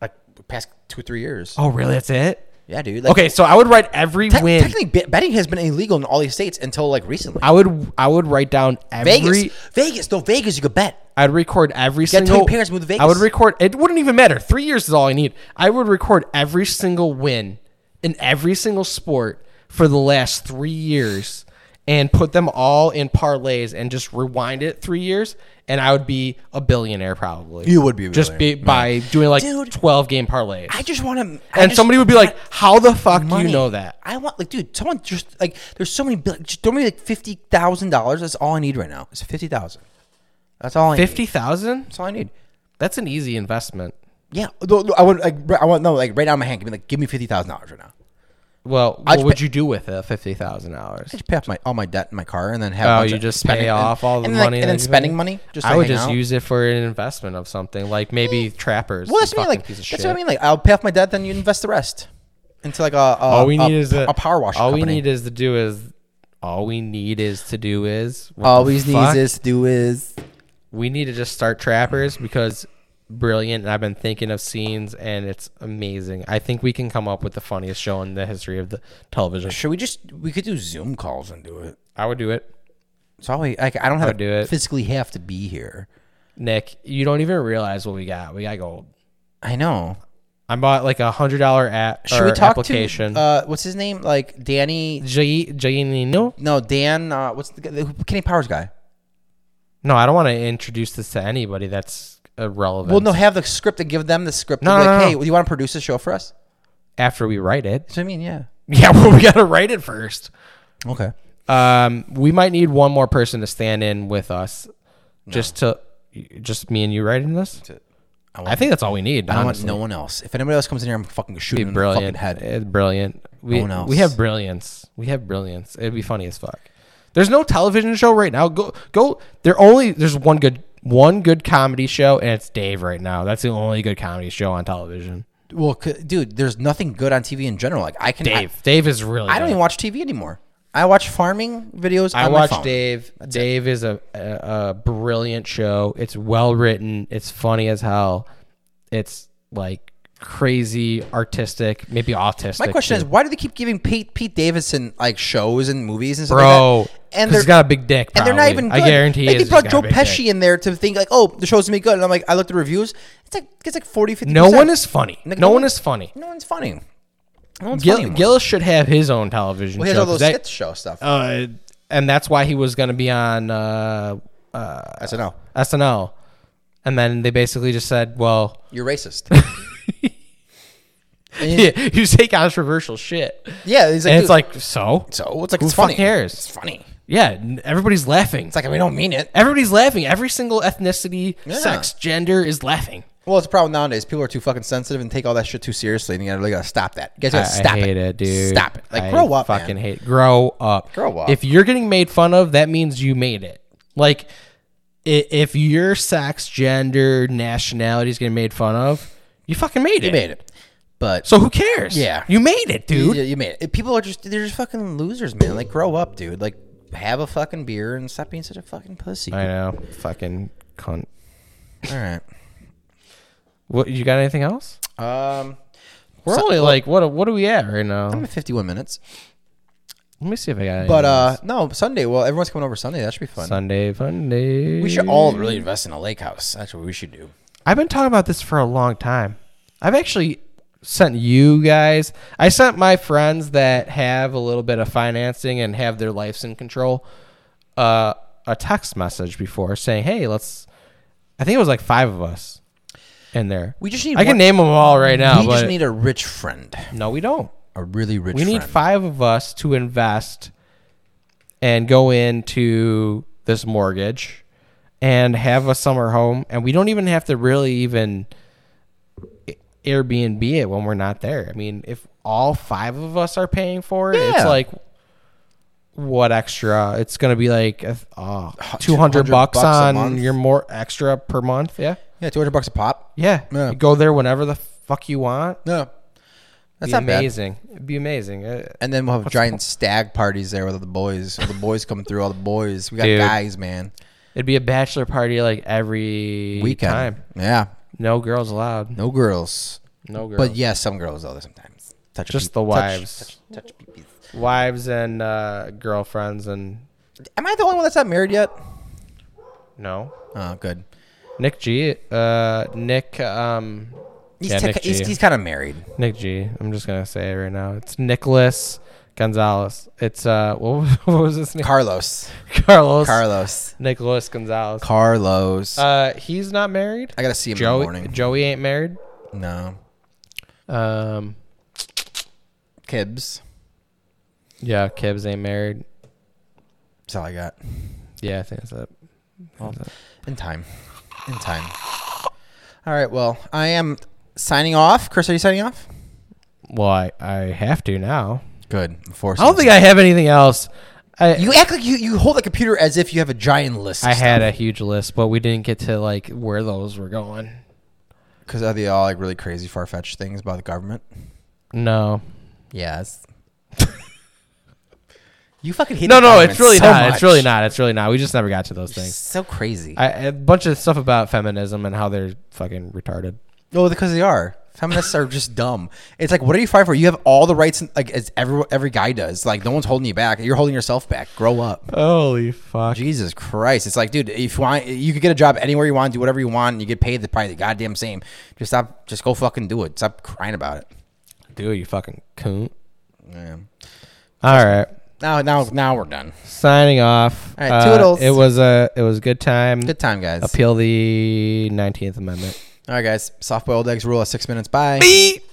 Speaker 1: Like past two or three years.
Speaker 2: Oh, really? That's it.
Speaker 1: Yeah, dude. Like,
Speaker 2: Okay, so I would write every
Speaker 1: Te-
Speaker 2: win.
Speaker 1: Technically, be- betting has been illegal in all these states until like recently.
Speaker 2: I would I would write down every.
Speaker 1: Vegas, Vegas, no Vegas, you could bet.
Speaker 2: I'd record every
Speaker 1: gotta tell
Speaker 2: single.
Speaker 1: your parents to move to
Speaker 2: I would
Speaker 1: Vegas.
Speaker 2: record. It wouldn't even matter. Three years is all I need. I would record every single win in every single sport for the last three years, and put them all in parlays, and just rewind it three years, and I would be a billionaire probably.
Speaker 1: You would be a
Speaker 2: just be,
Speaker 1: billionaire,
Speaker 2: by doing like
Speaker 1: Dude.
Speaker 2: twelve game parlays,
Speaker 1: I just want to.
Speaker 2: and somebody would be like, "How the fuck do you know that?"
Speaker 1: I want like, dude, someone just like, there's so many. bill- Just throw me like fifty thousand dollars. That's all I need right now. It's fifty thousand. That's all I need.
Speaker 2: Fifty thousand?
Speaker 1: That's all I need.
Speaker 2: That's an easy investment.
Speaker 1: Yeah, no, no, I want like, right- I want no, like right now in my hand. Give me like, give me fifty thousand dollars right now.
Speaker 2: Well,
Speaker 1: I'd
Speaker 2: what
Speaker 1: pay-
Speaker 2: would you do with it? Fifty thousand dollars.
Speaker 1: I just pay off my all my debt in my car and then have. a
Speaker 2: Oh,
Speaker 1: bunch
Speaker 2: you
Speaker 1: of
Speaker 2: just
Speaker 1: spending-
Speaker 2: pay off all the
Speaker 1: and, then, like,
Speaker 2: money,
Speaker 1: and
Speaker 2: that
Speaker 1: then
Speaker 2: you
Speaker 1: spending
Speaker 2: made?
Speaker 1: money. Just
Speaker 2: I
Speaker 1: to
Speaker 2: would
Speaker 1: hang
Speaker 2: just
Speaker 1: out.
Speaker 2: use it for an investment of something, like maybe trappers.
Speaker 1: Well,
Speaker 2: you
Speaker 1: that's what I mean.
Speaker 2: fucking
Speaker 1: Like,
Speaker 2: piece of
Speaker 1: that's what I
Speaker 2: shit.
Speaker 1: mean. Like, I'll pay off my debt, then you invest the rest into like a, a
Speaker 2: All we
Speaker 1: a-
Speaker 2: need is a,
Speaker 1: a power wash.
Speaker 2: All we
Speaker 1: company.
Speaker 2: need is to do is. All we need is to do is. what the
Speaker 1: Always
Speaker 2: fuck?
Speaker 1: needs is to do is
Speaker 2: We need to just start trappers because brilliant, and I've been thinking of scenes, and it's amazing. I think we can come up with the funniest show in the history of the television.
Speaker 1: Should we just we could do Zoom calls and do it?
Speaker 2: I would do it.
Speaker 1: So we, like, I don't have to
Speaker 2: would do it.
Speaker 1: physically have to be here.
Speaker 2: Nick, you don't even realize what we got. We got gold.
Speaker 1: I know.
Speaker 2: I bought like a hundred dollar app
Speaker 1: Should we talk
Speaker 2: application.
Speaker 1: to uh, what's his name? Like Danny?
Speaker 2: Gi- Giannino?
Speaker 1: No, Dan. Uh, what's the, guy- the Kenny Powers guy?
Speaker 2: No, I don't want to introduce this to anybody that's irrelevant.
Speaker 1: Well, no, have the script and give them the script.
Speaker 2: No,
Speaker 1: like,
Speaker 2: no, no,
Speaker 1: hey,
Speaker 2: no.
Speaker 1: do you want to produce the show for us?
Speaker 2: after we write it,
Speaker 1: That's what I mean. Yeah.
Speaker 2: yeah, well, we gotta write it first.
Speaker 1: Okay.
Speaker 2: Um, we might need one more person to stand in with us, just to just me and you writing this. I, think that's all we need.
Speaker 1: I
Speaker 2: honestly.
Speaker 1: want no one else. If anybody else comes in here, I'm fucking shooting in the fucking
Speaker 2: brilliant.
Speaker 1: head.
Speaker 2: It's brilliant. We,
Speaker 1: one else.
Speaker 2: we have brilliance. We have brilliance. It'd be funny as fuck. There's no television show right now. Go go. There only there's one good one good comedy show, and it's Dave right now. That's the only good comedy show on television.
Speaker 1: Well, c- dude, there's nothing good on TV in general. Like I can. I-
Speaker 2: Dave. Dave is really.
Speaker 1: I, don't even watch TV anymore. I watch farming videos.
Speaker 2: I
Speaker 1: on my
Speaker 2: watch
Speaker 1: phone.
Speaker 2: Dave. Dave is a, a a brilliant show. It's well written. It's funny as hell. It's like crazy artistic, maybe autistic.
Speaker 1: My question is,
Speaker 2: too.
Speaker 1: why do they keep giving Pete Pete Davidson like shows and movies and stuff
Speaker 2: bro,
Speaker 1: like that? And
Speaker 2: he's
Speaker 1: they're
Speaker 2: got a big dick.
Speaker 1: and they're not
Speaker 2: probably.
Speaker 1: even. Good.
Speaker 2: I guarantee.
Speaker 1: they
Speaker 2: he
Speaker 1: could
Speaker 2: is just
Speaker 1: brought
Speaker 2: got
Speaker 1: Joe
Speaker 2: a big
Speaker 1: Pesci
Speaker 2: dick.
Speaker 1: in there to think like, oh, the show's gonna be good. And I'm like, I looked at the reviews. It's like it's like 40, 50
Speaker 2: No one is funny.
Speaker 1: Like, no
Speaker 2: no one
Speaker 1: one-
Speaker 2: is funny.
Speaker 1: No one's funny. No one's
Speaker 2: Gil,
Speaker 1: funny. anymore.
Speaker 2: Gillis should have his own television
Speaker 1: he has
Speaker 2: show.
Speaker 1: all those
Speaker 2: 'cause that-
Speaker 1: skits show stuff.
Speaker 2: uh, and that's why he was going to be on uh, uh,
Speaker 1: That's a no.
Speaker 2: SNL. And then they basically just said, well,
Speaker 1: You're racist.
Speaker 2: yeah, you say controversial shit.
Speaker 1: yeah, he's like,
Speaker 2: and
Speaker 1: dude,
Speaker 2: it's like, so?
Speaker 1: so it's like
Speaker 2: who
Speaker 1: it's
Speaker 2: fuck
Speaker 1: funny.
Speaker 2: cares?
Speaker 1: It's funny.
Speaker 2: Yeah, n- everybody's laughing.
Speaker 1: It's like we don't mean it.
Speaker 2: everybody's laughing. Every single ethnicity, sex, gender is laughing.
Speaker 1: Well, it's a problem nowadays. People are too fucking sensitive and take all that shit too seriously, and you gotta, really gotta stop that. You guys gotta
Speaker 2: I-
Speaker 1: stop
Speaker 2: I hate it. dude.
Speaker 1: Stop it. Like,
Speaker 2: I
Speaker 1: grow up,
Speaker 2: Fucking
Speaker 1: man.
Speaker 2: hate. Grow up.
Speaker 1: Grow up.
Speaker 2: If you're getting made fun of, that means you made it. Like, i- if your sex, gender, nationality is getting made fun of, you fucking made it.
Speaker 1: You made it, but
Speaker 2: So who cares?
Speaker 1: Yeah.
Speaker 2: you made it, dude.
Speaker 1: you, you made it. People are just they're just fucking losers, man. Like, grow up, dude. Like, have a fucking beer and stop being such a fucking pussy.
Speaker 2: I know. Fucking cunt.
Speaker 1: All right.
Speaker 2: What you got? Anything else?
Speaker 1: Um,
Speaker 2: We're only like what? What are we at right now?
Speaker 1: I'm at 51 minutes,
Speaker 2: Let me see if I got.
Speaker 1: but
Speaker 2: anything
Speaker 1: uh,
Speaker 2: else.
Speaker 1: no Sunday. Well, everyone's coming over Sunday. That should be fun.
Speaker 2: Sunday, Sunday.
Speaker 1: We should all really invest in a lake house. That's what we should do.
Speaker 2: I've been talking about this for a long time. I've actually sent you guys. I sent my friends that have a little bit of financing and have their lives in control uh, a text message before saying, "Hey, let's." I think it was like five of us in there.
Speaker 1: We just need
Speaker 2: I can
Speaker 1: one-
Speaker 2: name them all right now,
Speaker 1: we
Speaker 2: but
Speaker 1: just need a rich friend,
Speaker 2: no, we don't.
Speaker 1: a really rich.
Speaker 2: We need
Speaker 1: friend.
Speaker 2: five of us to invest and go into this mortgage and have a summer home. And we don't even have to really even Airbnb it when we're not there. I mean, if all five of us are paying for it, it's
Speaker 1: Yeah.
Speaker 2: like what extra? It's going to be like uh, oh, 200
Speaker 1: bucks
Speaker 2: bucks,
Speaker 1: a
Speaker 2: on
Speaker 1: month.
Speaker 2: your more extra per month. Yeah.
Speaker 1: yeah, 200 bucks a pop.
Speaker 2: Yeah.
Speaker 1: Yeah.
Speaker 2: You go there whenever the fuck you want.
Speaker 1: No, that's
Speaker 2: Be
Speaker 1: not bad.
Speaker 2: amazing. It'd be amazing. Uh,
Speaker 1: And then we'll have giant stag parties there with all the boys. All the boys come through. All the boys. We got
Speaker 2: Dude.
Speaker 1: guys, man.
Speaker 2: It'd be a bachelor party like every
Speaker 1: Weekend.
Speaker 2: time.
Speaker 1: Yeah.
Speaker 2: No girls allowed.
Speaker 1: No girls.
Speaker 2: No girls.
Speaker 1: But yeah, some girls though sometimes. Touch a
Speaker 2: just
Speaker 1: peep-
Speaker 2: the
Speaker 1: touch-
Speaker 2: wives,
Speaker 1: Touch, touch peepees.
Speaker 2: wives and uh, girlfriends, and
Speaker 1: Am I the only one that's not married yet?
Speaker 2: no.
Speaker 1: Oh, good.
Speaker 2: Nick G. Uh, Nick. Um,
Speaker 1: He's,
Speaker 2: yeah,
Speaker 1: tech-
Speaker 2: Nick G.
Speaker 1: he's, he's kind of married.
Speaker 2: Nick G. I'm just gonna say it right now. It's Nicholas Gonzalez. It's uh, what was, what was his name?
Speaker 1: Carlos.
Speaker 2: Carlos.
Speaker 1: Carlos.
Speaker 2: Nicholas Gonzalez.
Speaker 1: Carlos.
Speaker 2: uh, he's not married.
Speaker 1: I gotta see him in the
Speaker 2: Joey.
Speaker 1: morning.
Speaker 2: Joey ain't married.
Speaker 1: no.
Speaker 2: Um,
Speaker 1: Kibbs.
Speaker 2: yeah, Kibbs ain't married.
Speaker 1: That's all I got.
Speaker 2: Yeah, I think that's it.
Speaker 1: In time. In time. All right. Well, I am signing off. Chris, are you signing off?
Speaker 2: Well, I, I have to now.
Speaker 1: Good. I'm forcing
Speaker 2: I don't
Speaker 1: you.
Speaker 2: think I have anything else. I
Speaker 1: You act like you, you hold the computer as if you have a giant list.
Speaker 2: I had a huge list, but we didn't get to like where those were going.
Speaker 1: because are they all like really crazy, far fetched things about the government?
Speaker 2: No.
Speaker 1: Yes. You fucking hate
Speaker 2: No,
Speaker 1: the
Speaker 2: no,
Speaker 1: government
Speaker 2: it's really
Speaker 1: so
Speaker 2: not.
Speaker 1: Much.
Speaker 2: It's really not. It's really not. We just never got to those things.
Speaker 1: So crazy.
Speaker 2: I, a bunch of stuff about feminism and how they're fucking retarded.
Speaker 1: No, because they are. Feminists are just dumb. It's like, what are you fighting for? You have all the rights, like as every every guy does. Like, no one's holding you back. You're holding yourself back. Grow up.
Speaker 2: Holy fuck!
Speaker 1: Jesus Christ! It's like, dude, if you want, you could get a job anywhere you want, do whatever you want, and you get paid the probably the goddamn same. Just stop. Just go fucking do it. Stop crying about it.
Speaker 2: Dude, you fucking coon.
Speaker 1: Yeah.
Speaker 2: All right,
Speaker 1: Now, now, now we're done.
Speaker 2: signing off. Uh,
Speaker 1: All right, toodles.
Speaker 2: it was a it was a good time.
Speaker 1: Good time, guys.
Speaker 2: Appeal the Nineteenth Amendment.
Speaker 1: All right, guys. Soft boiled eggs rule of six minutes. Bye.
Speaker 2: Beep.